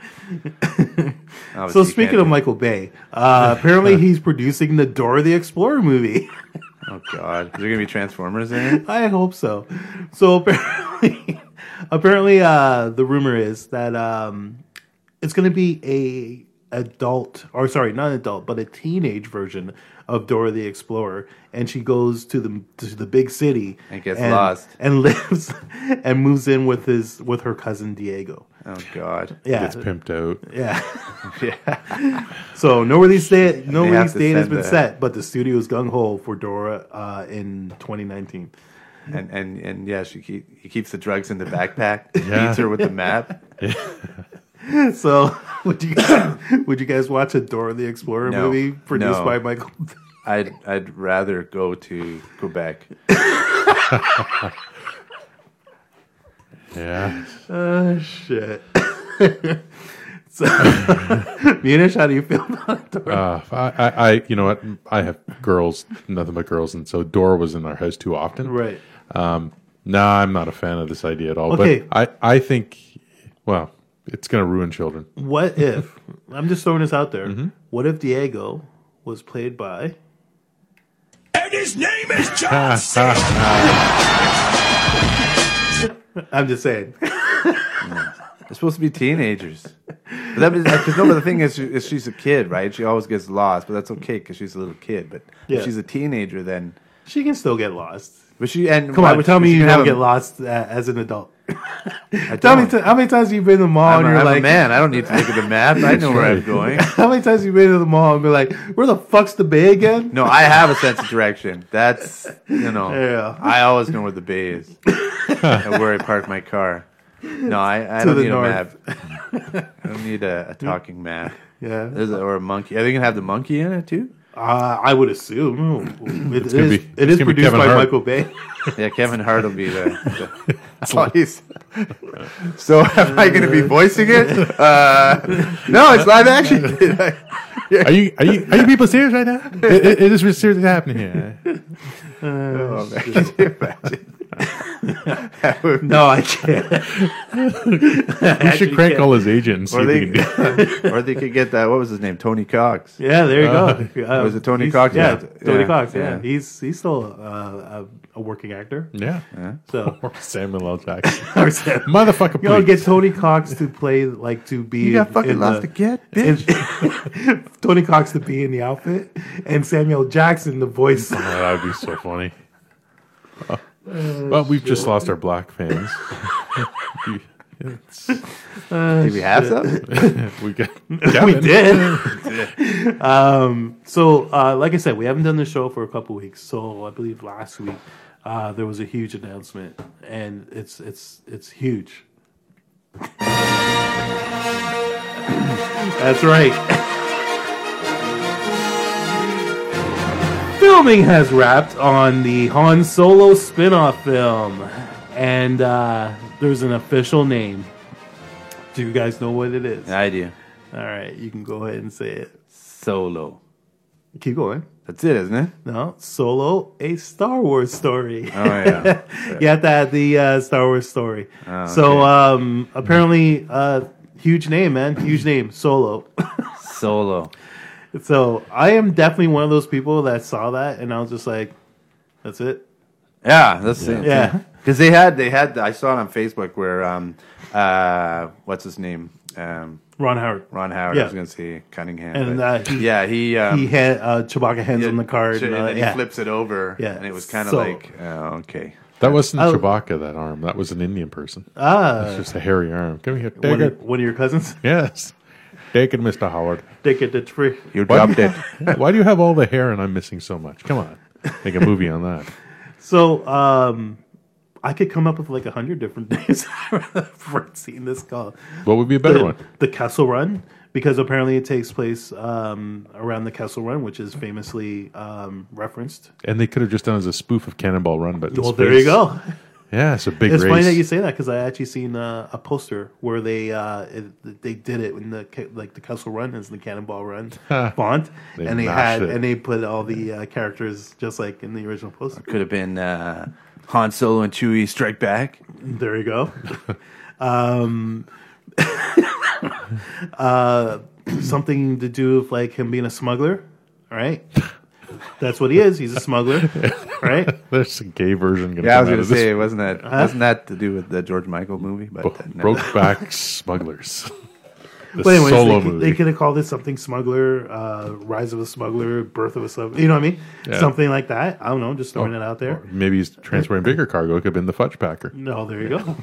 obviously
So
you
speaking
can't
of
do-
Michael Bay, uh,
(laughs)
apparently he's producing the Dora the Explorer movie. (laughs)
oh god, is there gonna be Transformers in it?
I hope so. So apparently, (laughs) apparently, uh, the rumor is that um, it's going to be a adult, or sorry, not an adult, but a teenage version of Dora the Explorer, and she goes to the to the big city
And gets lost.
and (laughs) lives and moves in with his with her cousin Diego.
Oh god,
Yeah,
Gets pimped out.
yeah.
(laughs) yeah.
(laughs) So no release date, no
They have
release
to
date has
send
been
a-
set, but the studio is gung ho for Dora uh, in 2019.
and and and yeah, she keep, he keeps the drugs in the backpack,
Yeah.
beats her with the map.
So (laughs) would you guys, would you guys watch a Dora the Explorer
No.
movie produced
No.
by Michael? (laughs)
I'd I'd rather go to Quebec.
Yeah.
Oh shit. (laughs) so, (laughs) Munish, how do you feel about it?
Uh, I, I, I, you know what? I have girls, nothing but girls, and so Dora was in our house too often.
Right.
Nah, I'm not a fan of this idea at all.
Okay.
But I, I think, well, it's going to ruin children.
What if I'm just throwing this out there?
Mm-hmm.
What if Diego was played by?
And his name is John Cena.
I'm just saying. (laughs)
It's supposed to be teenagers. But that means, cause no, but the thing is, she, is, she's a kid, right? She always gets lost, but that's okay because she's a little kid. But
Yeah.
if she's a teenager, then
She can still get lost.
but she and
Come
why
on,
would-
tell me
she
you
can
don't
have a-
get lost uh, as an adult. (laughs)
I
Tell me
don't.
t- how many times you've been to the mall
I'm,
and
a,
you're
I'm
like,
a man. I don't need to look at the map. I know where I'm going.
(laughs) How many times you been to the mall and be like, where the fuck's the bay again?
No, I have a sense of direction. That's you know,
Yeah.
I always know where the bay is
(laughs)
and where I park my car. No, I, I don't
the
need
north.
a map. I don't need a, a talking map.
Yeah.
There's a, or a monkey. Are they gonna have the monkey in it too?
Uh, I would assume. It is,
gonna be-
it
it's
is
gonna be
produced
Kevin
by
Hart.
Michael Bay. (laughs)
Yeah, Kevin Hart will be the. the Oh, he's- so am I going to be voicing it? Uh, no, it's live
(laughs)
action. (laughs)
Are you, are you, are you people serious right now? It- it- it is seriously happening here.
Oh, man, can you
(laughs)
imagine? That would-
No, I can't.
We should crank all his agents. see
or
if
they,
we can do-
(laughs) or they could get that. What was his name? Tony Cox.
Yeah, there you go. Uh,
was it Tony
he's-
Cox?
Yeah,
Yeah.
Tony
Yeah,
Cox. Yeah.
yeah.
he's he's still uh, a, a working actor.
Yeah. (laughs)
So (laughs)
Or Samuel L. Jackson.
you
(laughs) Motherfucker,
know,
please.
get Tony Cox to play like to be.
You got
in-
fucking
in
lost
the- (laughs)
again,
in-
bitch.
(laughs) Tony Cox to be in the outfit and Samuel Jackson the voice.
Oh, that would be so funny. well, we've just lost our black fans. we, it's-
Did we have (laughs) some?
(laughs) we got
(laughs) we
Kevin.
did. (laughs) um, so, uh, like I said, we haven't done the show for a couple weeks. So, I believe last week uh, there was a huge announcement, and it's it's it's huge. That's right. Filming has wrapped on the Han Solo spin-off film, and uh, there's an official name. Do you guys know what it is?
Idea.
All right, you can go ahead and say it.
Solo.
Keep going.
That's it, isn't it?
No, Solo, a Star Wars story.
Oh yeah.
(laughs) you have to add the uh, Star Wars story.
Oh,
So
okay.
um, apparently, uh, huge name, man, huge name, Solo. (laughs)
Solo.
so I am definitely one of those people that saw that and I was just like, "That's it."
Yeah, that's it. (laughs)
Yeah.
Because they had they had I saw it on Facebook where um uh what's his name um
Ron Howard.
Ron Howard
Yeah.
I was gonna say Cunningham
And,
but-
uh, he-
yeah he um,
He had uh, Chewbacca hands on the card.
and,
and, all
then
that.
he
yeah.
flips it over
Yeah.
and it was kind of
So-
like oh, okay
That wasn't
Oh.
Chewbacca, that arm. That was an Indian person.
Ah,
Just a hairy arm. Come here. Take
one
it.
of, one of your cousins. (laughs)
Yes. Take it, Mr. Howard.
They get the tree.
you dropped it (laughs)
(laughs) Why do you have all the hair and I'm missing so much? Come on. Make a movie on that.
So um, I could come up with like a hundred different (laughs) days for seeing this called
What would be a better
the,
one?
the Kessel Run, because apparently it takes place um, around the Kessel Run, which is famously um, referenced.
And they could have just done it as a spoof of Cannonball Run, but in
Well, there you
space.
go.
Yeah, it's a big
It's
race.
funny that you say that because I actually seen uh, a poster where they uh, it, they did it in the ca- like the Kessel Run is the Cannonball Run font,
They
and they had
mashed it.
and they put all the uh, characters just like in the original poster.
Could have been uh, Han Solo and Chewie Strike Back.
There you
(laughs)
go. um, (laughs) uh, something to do with like him being a smuggler, right? That's what he is. He's a
(laughs)
smuggler, right?
There's a gay version. Gonna
Yeah, I was
come
gonna
out of this.
say, wasn't that wasn't that to do with the George Michael movie? But
Bo-
uh, no.
Brokeback
(laughs)
Smugglers. The
But anyways,
solo
they, could-
movie.
they could have called it something smuggler, uh, rise of a smuggler, birth of a smuggler. You know what I mean?
Yeah.
Something like that. I don't know. Just throwing it out there.
Oh, Or Maybe he's transporting bigger cargo. It could have been the Fudge Packer.
No, there you go.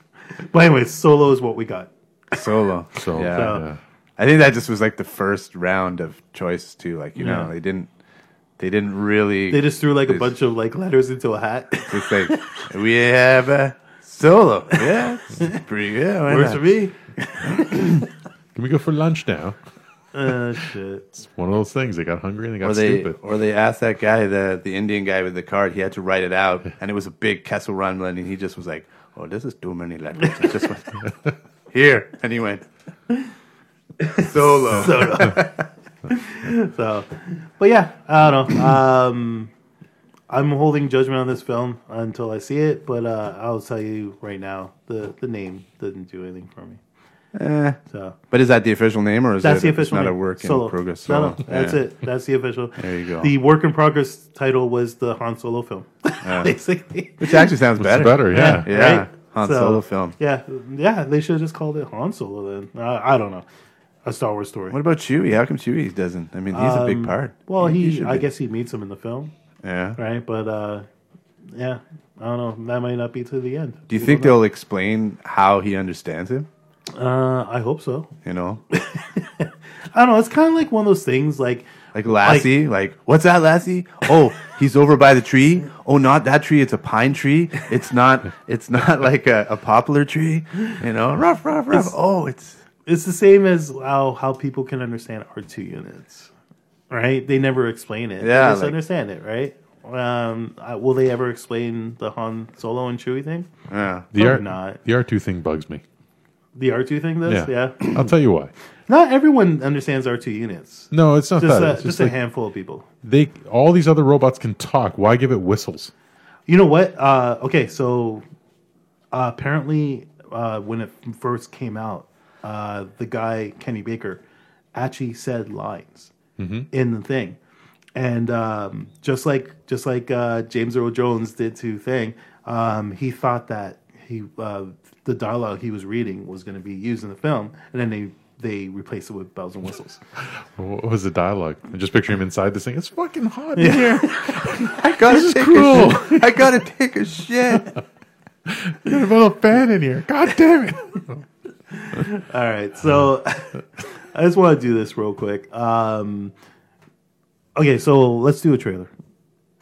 (laughs) but anyways, solo is what we got.
(laughs) Solo.
So,
yeah.
So-
yeah.
I think that just was like the first round of choice too. Like you
Yeah.
know, they didn't they didn't really (laughs)
They just threw like a
It's-
bunch of like letters into a hat.
just like we have a solo. Yeah,
(laughs)
it's pretty good. why
Works
not?
for me.
Can we go for lunch now?
Uh, shit.
It's one of those things. They got hungry and they got
Or they
stupid.
or they asked that guy the the Indian guy with the card. He had to write it
(laughs)
out, and it was a big Kessel Run, and he just was like, "Oh, this is too many letters." I just went
(laughs)
(laughs) here, and he went solo.
So, but yeah, I don't know. Um, I'm holding judgment on this film until I see it, but uh, I'll tell you right now, the the name didn't do anything for me.
Eh.
So
But is that the official name, or is
that's
it,
the official.
It's not
name.
a work in
Solo.
progress.
No, no,
solo?
that's
Yeah.
it. That's the official.
There you go.
The work in progress title was the Han Solo film, (laughs) basically.
Which actually sounds
It's better.
better.
yeah.
Yeah,
Right?
Han
So,
Solo film.
Yeah, yeah. They should have just called it Han Solo then. Uh, I don't know. A Star Wars story.
What about Chewie? How come Chewie doesn't? I mean, he's a big part.
Um, Well, he,
should
I
be.
guess he meets him in the film,
Yeah.
right? But uh, yeah, I don't know. That might not be to the end.
Do you think they'll explain how he understands him?
Uh, I hope so.
You know,
I don't know. It's kind of like one of those things, (laughs) like
like Lassie, like, what's that, Lassie? Oh, he's over by the tree. Oh, not that tree. It's a pine tree. It's not. It's not like a, a poplar tree. You know, rough, rough, rough. oh, it's
it's the same as how how people can understand R two units, right? They never explain it.
Yeah,
they just
like-
understand it, right? Um, I, will they ever explain the Han Solo and Chewie thing?
yeah.
The
Probably
R
not.
the R two thing bugs me.
The R two thing does, yeah.
Yeah. I'll tell you why.
Not everyone understands R two units.
No, it's not
Just
that.
a,
It's
just,
just
a
like
handful of people.
they all these other robots can talk. Why give it whistles?
You know what? Uh, okay, so uh, apparently, uh, when it first came out, uh, the guy Kenny Baker actually said lines in the thing, and um, just like just like uh, James Earl Jones did to Thing, um, he thought that he uh, the dialogue he was reading was going to be used in the film, and then they they replaced it with bells and whistles.
What was the dialogue? I just picture him inside this thing. It's fucking hot in here.
I gotta
This is
take
cruel.
a shit. (laughs) I gotta take a
(laughs)
shit.
There's a little fan in here. God damn it.
All right, so (laughs) I just want to do this real quick. Um, okay, so let's do a trailer.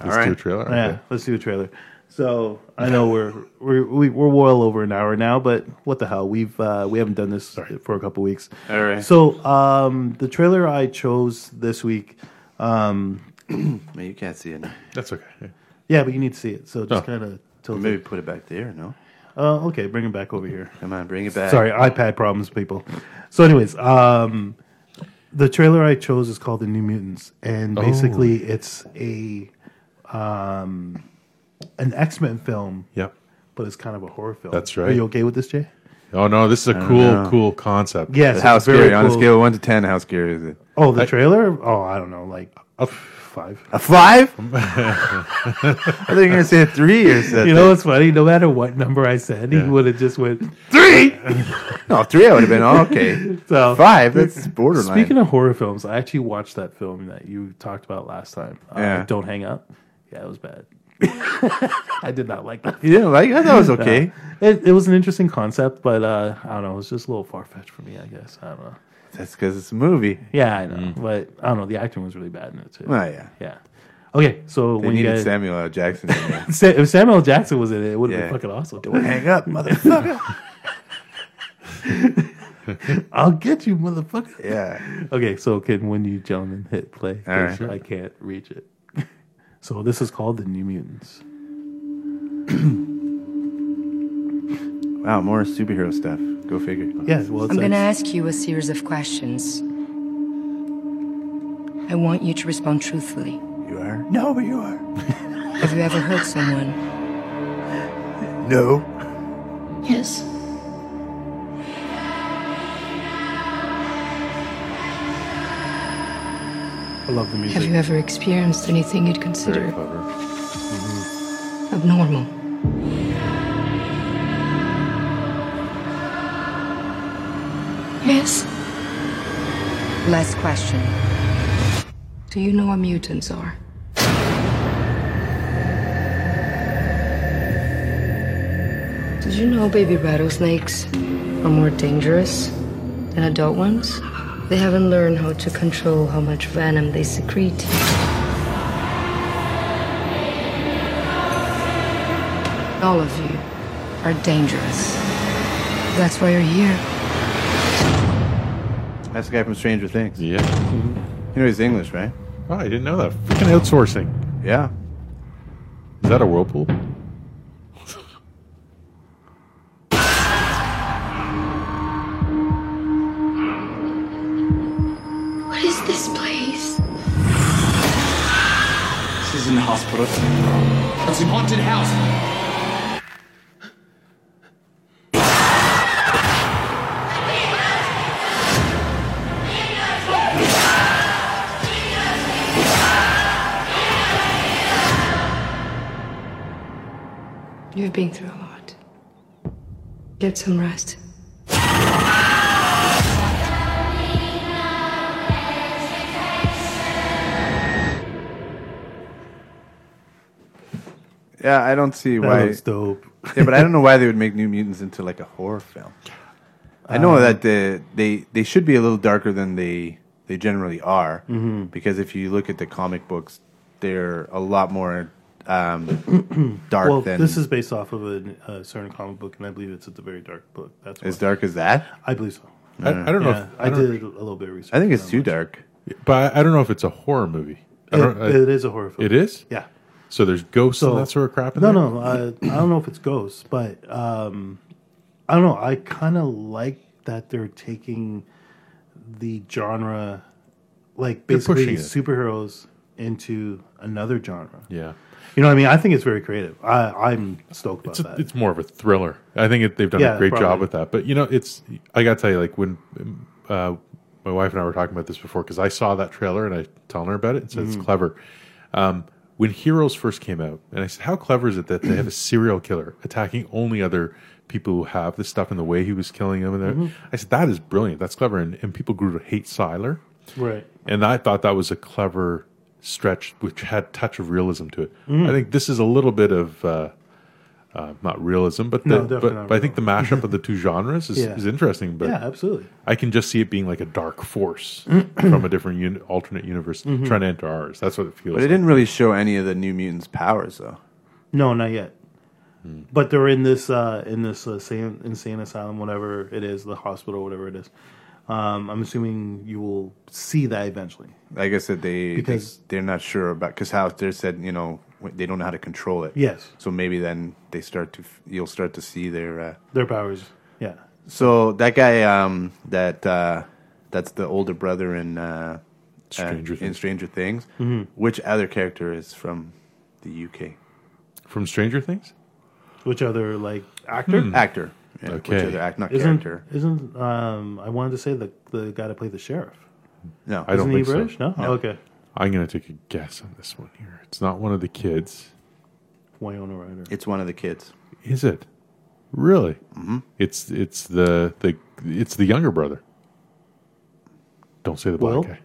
Let's do a trailer. Okay.
Yeah, let's do a trailer. So I know we're we're we- we're well over an hour now, but what the hell? We've uh, we haven't done this for a couple weeks.
All right.
So um, the trailer I chose this week. Um,
Man, you can't see it. now.
That's okay.
yeah, but you need to see it. So just
Oh.
kind of tilt
Maybe
it.
put it back there. No,
Uh, okay, bring it back over here.
come on, bring it back.
Sorry, iPad problems, people. So, anyways, um, the trailer I chose is called The New Mutants, and
Oh.
basically, it's a um, an X Men film,
Yep.
but it's kind of a horror film.
That's
Are
right.
you okay with this, Jay?
Oh no, this is a cool, cool concept.
Yes.
How
it's very
scary? On a
cool.
scale of one to ten, how scary is it?
Oh, the trailer. Oh, I don't know, like a five.
A five? I thought you were gonna say a three or something.
You know what's funny? No matter what number I said, he would have just went three.
(laughs) no, three. I would have been oh, okay.
So
Five. That's borderline.
Speaking of horror films, I actually watched that film that you talked about last time. Uh,
Yeah.
Don't Hang Up. Yeah, it was bad. (laughs) I did not like that.
you didn't like? It? I thought
(laughs)
it was okay.
It, it was an interesting concept, but uh, I don't know. It was just a little far fetched for me, I guess. I don't know.
That's because it's a movie. Mm.
Yeah, I know. But I don't know. The acting was really bad in it, too.
Oh yeah.
Yeah. Okay, so
They
when you
needed
guys,
Samuel L. Jackson. in there.
(laughs) Sa- if Samuel Jackson was in it, it would have
Yeah.
been fucking awesome.
Hang up, motherfucker.
(laughs) I'll get you,
(laughs)
motherfucker.
yeah.
Okay, so can when you gentlemen hit play? 'Cause
All right.
I can't reach it. (laughs) So this is called the New Mutants.
Wow, more superhero stuff. Go figure.
Yeah, well, it's
I'm going to
like-
ask you a series of questions. I want you to respond truthfully.
You are? No, but you are.
Have you ever hurt someone?
No.
Yes.
I love the
Have
music.
you ever experienced anything you'd
Very
consider
clever.
abnormal? Yes. Last question. Do you know what mutants are? Did you know baby rattlesnakes are more dangerous than adult ones? They haven't learned how to control how much venom they secrete. All of you are dangerous. That's why you're here.
That's the guy from Stranger Things. You
Yeah.
know he's English, right?
Oh, I didn't know that. Freaking outsourcing.
Yeah.
Is that a whirlpool?
What is this place?
This isn't a hospital. It's a haunted house.
You've been through a lot. Get some rest.
Yeah, I don't see
That
why.
looks dope.
yeah, but I don't know why they would make New Mutants into like a horror film. I
Um,
know that the, they they should be a little darker than they they generally are
Mm-hmm.
because if you look at the comic books, they're a lot more um,
(clears throat)
dark
Well,
than
this is based off of a, a certain comic book, and I believe it's a very dark book. That's
as
why.
dark as that.
I believe so.
I, I don't know.
Uh, Yeah,
If,
I,
don't-
did a little bit of research.
I think it's
on
too
it.
dark.
But I, I don't know if it's a horror movie. I don't, I-
It- it is a horror film.
it is?
Yeah.
So there's ghosts
So-
and that sort of crap in
No,
there?
no. I, I don't know if it's ghosts, but um, I don't know. I kind of like that they're taking the genre, like
They're pushing
basically
it.
superheroes, into another genre.
Yeah.
You know what I mean? I think it's very creative. I, I'm stoked about
It's, a,
that.
it's more of a thriller. I think it, they've done
Yeah,
a great job
probably.
with that. But, you know, it's, I got to tell you, like, when uh, my wife and I were talking about this before, because I saw that trailer and I telling her about it and said
Mm-hmm.
it's clever. Um, when Heroes first came out, and I said, how clever is it that they
(clears throat)
have a serial killer attacking only other people who have this stuff and the way he was killing them? And there,
Mm-hmm.
I said, that is brilliant. That's clever. And, and people grew to hate Siler.
right.
And I thought that was a clever stretch, which had touch of realism to it.
Mm.
I think this is a little bit of uh, uh, not realism, but the,
No, definitely
but,
not
but I think the mashup of the two genres is,
Yeah.
is interesting. But
Yeah, absolutely.
I can just see it being like a dark force
(clears throat)
from a different uni- alternate universe
Mm-hmm.
trying to enter ours. That's what it feels.
But it
like.
didn't really show any of the New Mutants' powers, though.
No, not yet. But they're in this uh, in this uh, san- insane asylum, whatever it is, the hospital, whatever it is. Um, I'm assuming you will see that eventually.
Like I said, they
Because-
they, are not sure about because how they said you know w- they don't know how to control it.
Yes.
So maybe then they start to f- you'll start to see their. Uh,
Their powers, yeah.
so that guy um, that uh, that's the older brother in uh,
Stranger
uh, in
Things. Mm-hmm.
Stranger Things. Which other character is from the UK
from Stranger Things.
Which other like actor?
actor? Yeah, Which
Mm-hmm. Okay.
other act not
Isn't
Hmm. character?
isn't um, I wanted to say the the guy that played the sheriff.
No,
I
Isn't
don't
he
think
British?
so.
No? Oh, okay.
I'm going to take a guess on this one here. It's not one of the kids,
Wyona Ryder.
it's one of the kids.
is it? Really? Mm-hmm. It's it's the the it's the younger brother. Don't say the black
Will?
guy.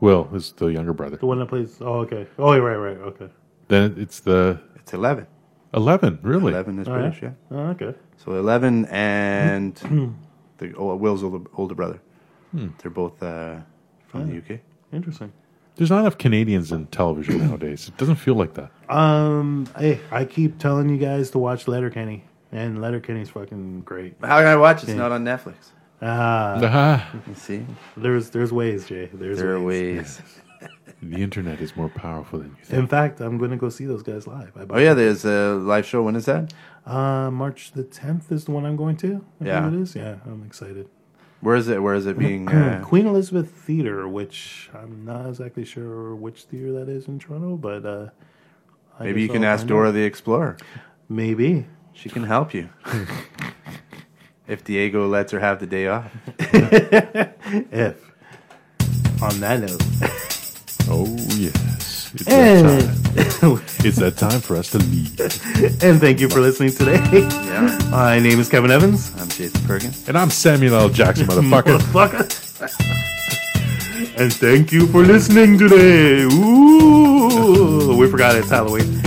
Will is the younger brother.
The one that plays. Oh, okay. Oh, right, right, okay.
Then it's the
It's eleven.
eleven. Really?
Eleven is
Oh,
British. Yeah.
Oh, okay.
So eleven
(clears throat) Hmm.
and the oh, Will's older, older brother. They're both uh, from the UK.
Interesting.
There's not enough Canadians in television nowadays. It doesn't feel like that.
Um, hey, I keep telling you guys to watch Letterkenny, and Letterkenny's fucking great.
How can I watch? It's not on Netflix.
Ah,
Ah,
You see,
there's there's ways, Jay. There's
there are
ways.
ways.
the internet is more powerful than you think.
In fact, I'm going to go see those guys live. I
Oh yeah, there's a live show. When is that?
Uh, March the 10th is the one I'm going to. I
Yeah.
believe it is. Yeah, I'm excited. (clears throat)
Where is it? Where is it
(clears throat)
being? Uh,
Queen Elizabeth Theater, which I'm not exactly sure which theater that is in Toronto, but uh, I
maybe you
guess
can
I'll
ask
find
Dora
out.
the Explorer.
Maybe.
She can help (laughs) you. if Diego lets her have the day off.
If. On that note,
Oh yes, it's
Eh.
that time. it's that time for us to leave.
(laughs) and thank you for listening today. (laughs)
Yeah.
My name is Kevin Evans.
I'm Jason Perkins.
And I'm Samuel L. Jackson, motherfucker.
Motherfucker. and thank you for listening today. (laughs) Ooh, we forgot it's Halloween.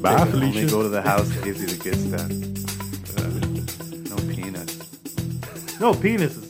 Bye,
Only
Felicia.
go to the house (laughs) that gives you the good stuff. Uh, no peanuts.
No, penises.
(laughs)